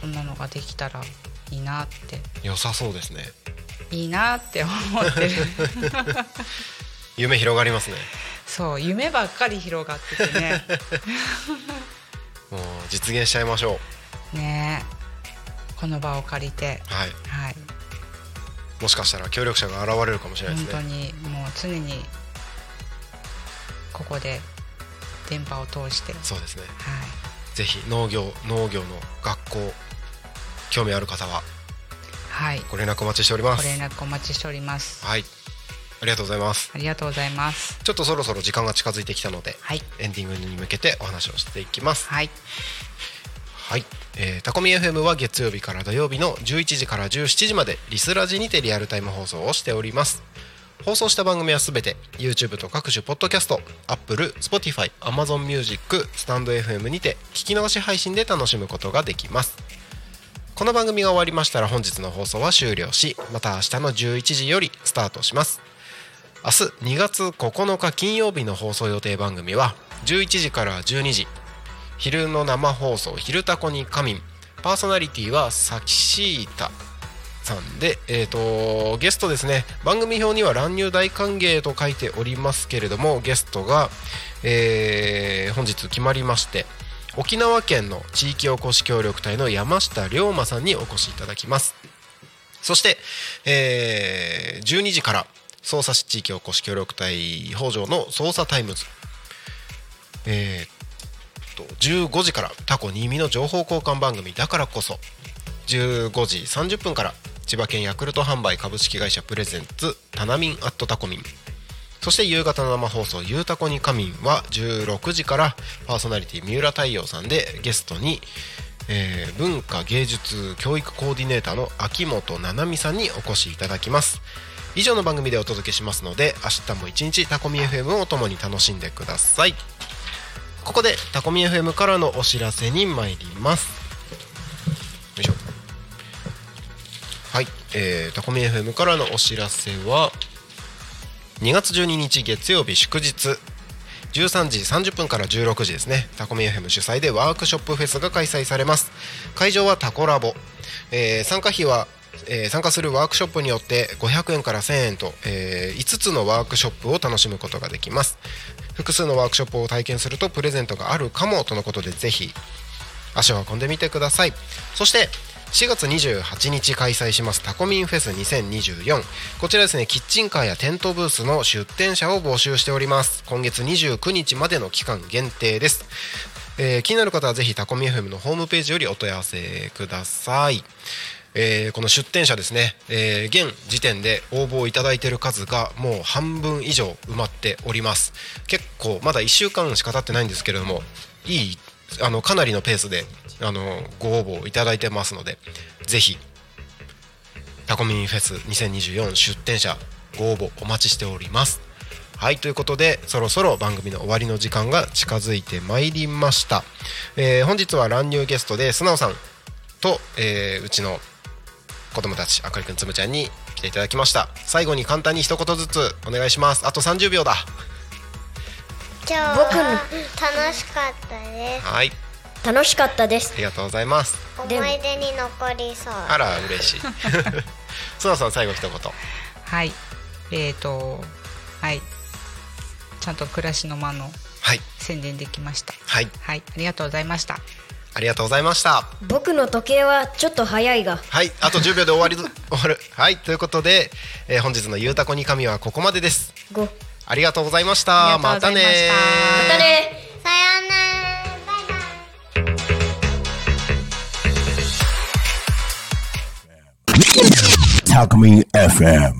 Speaker 2: そんなのができたらいいなって
Speaker 1: 良さそうですね
Speaker 2: いいなって思って
Speaker 1: <laughs>
Speaker 2: る
Speaker 1: 夢広がりますね
Speaker 2: そう夢ばっかり広がってて
Speaker 1: <laughs>
Speaker 2: ね
Speaker 1: もう実現しちゃいましょう
Speaker 2: ねえこの場を借りて
Speaker 1: はい
Speaker 2: はい
Speaker 1: もしかしたら協力者が現れるかもしれない
Speaker 2: 本
Speaker 1: です
Speaker 2: 当
Speaker 1: ね
Speaker 2: にもう常にここで電波を通して、はい、
Speaker 1: そうですねぜひ農業農業の学校興味ある方は
Speaker 2: はい、
Speaker 1: ご連絡お待ちしておりま
Speaker 2: ご
Speaker 1: す
Speaker 2: 連絡お待ちしております
Speaker 1: はいありがとうございます
Speaker 2: ありがとうございます
Speaker 1: ちょっとそろそろ時間が近づいてきたので、
Speaker 2: はい
Speaker 1: エンディングに向けてお話をしていきます
Speaker 2: はい
Speaker 1: はい、えー、タコミ FM は月曜日から土曜日の11時から17時までリスラジにてリアルタイム放送をしております放送した番組はすべて YouTube と各種ポッドキャスト Apple、Spotify、Amazon Music、スタンド FM にて聞き直し配信で楽しむことができますこの番組が終わりましたら本日の放送は終了しまた明日の11時よりスタートします明日2月9日金曜日の放送予定番組は11時から12時昼の生放送「昼タコに仮眠」パーソナリティはサキシータさんで、えー、とゲストですね番組表には「乱入大歓迎」と書いておりますけれどもゲストが、えー本日決まりまして沖縄県の地域おこし協力隊の山下龍馬さんにお越しいただきますそして、えー12時から匝瑳市地域おこし協力隊北条の捜査タイムズ、えーえっと15時からタコ新見の情報交換番組だからこそ15時30分から千葉県ヤクルト販売株式会社プレゼンツタナミンアットタコミンそして夕方の生放送「ゆうたこに仮眠」は16時からパーソナリティ三浦太陽さんでゲストに、えー文化芸術教育コーディネーターの秋元七海さんにお越しいただきます以上の番組でお届けしますので明日も一日タコミ FM を共に楽しんでくださいここでタコミ FM からのお知らせに参りますよいしょはい、えー、タコミ FM からのお知らせは2月12日月曜日祝日13時30分から16時ですねタコミ FM 主催でワークショップフェスが開催されます会場はタコラボ、えー参加費は、えー参加するワークショップによって500円から1000円と、え5つのワークショップを楽しむことができます複数のワークショップを体験するとプレゼントがあるかもとのことでぜひ足を運んでみてくださいそして4月28日開催しますタコミンフェス2024こちらですねキッチンカーやテントブースの出店者を募集しております今月29日までの期間限定です、えー気になる方はぜひタコミン FM のホームページよりお問い合わせくださいえーこの出店者ですね、えー現時点で応募をいただいている数がもう半分以上埋まっております結構まだ1週間しか経ってないんですけれどもいいあのかなりのペースであのご応募をいただいてますのでぜひタコミンフェス2024出店者ご応募お待ちしておりますはいということでそろそろ番組の終わりの時間が近づいてまいりました、えー本日は乱入ゲストで素直さんと、えーうちの子供たちあかりくんつむちゃんに来ていただきました最後に簡単に一言ずつお願いしますあと30秒だ
Speaker 5: 今日
Speaker 6: 僕
Speaker 5: は楽しかったです
Speaker 1: はい
Speaker 6: 楽しかったです
Speaker 1: ありがとうございます
Speaker 5: 思
Speaker 6: でも
Speaker 5: い出に残りそう
Speaker 1: あら嬉しい <laughs> 素直さん最後一言
Speaker 2: はいえー、とはいちゃんと暮らしの間の
Speaker 1: はい
Speaker 2: 宣伝できました
Speaker 1: はい
Speaker 2: はいありがとうございました
Speaker 1: ありがとうございました
Speaker 6: 僕の時計はちょっと早いが
Speaker 1: はいあと10秒で終わり <laughs> 終わるはいということで、えー本日の「ゆうたこに神」はここまでです
Speaker 6: ご
Speaker 1: ありがとうございました
Speaker 2: ありがとうございました
Speaker 1: またね
Speaker 6: またね
Speaker 5: さようならバイバイ
Speaker 4: タコミン FM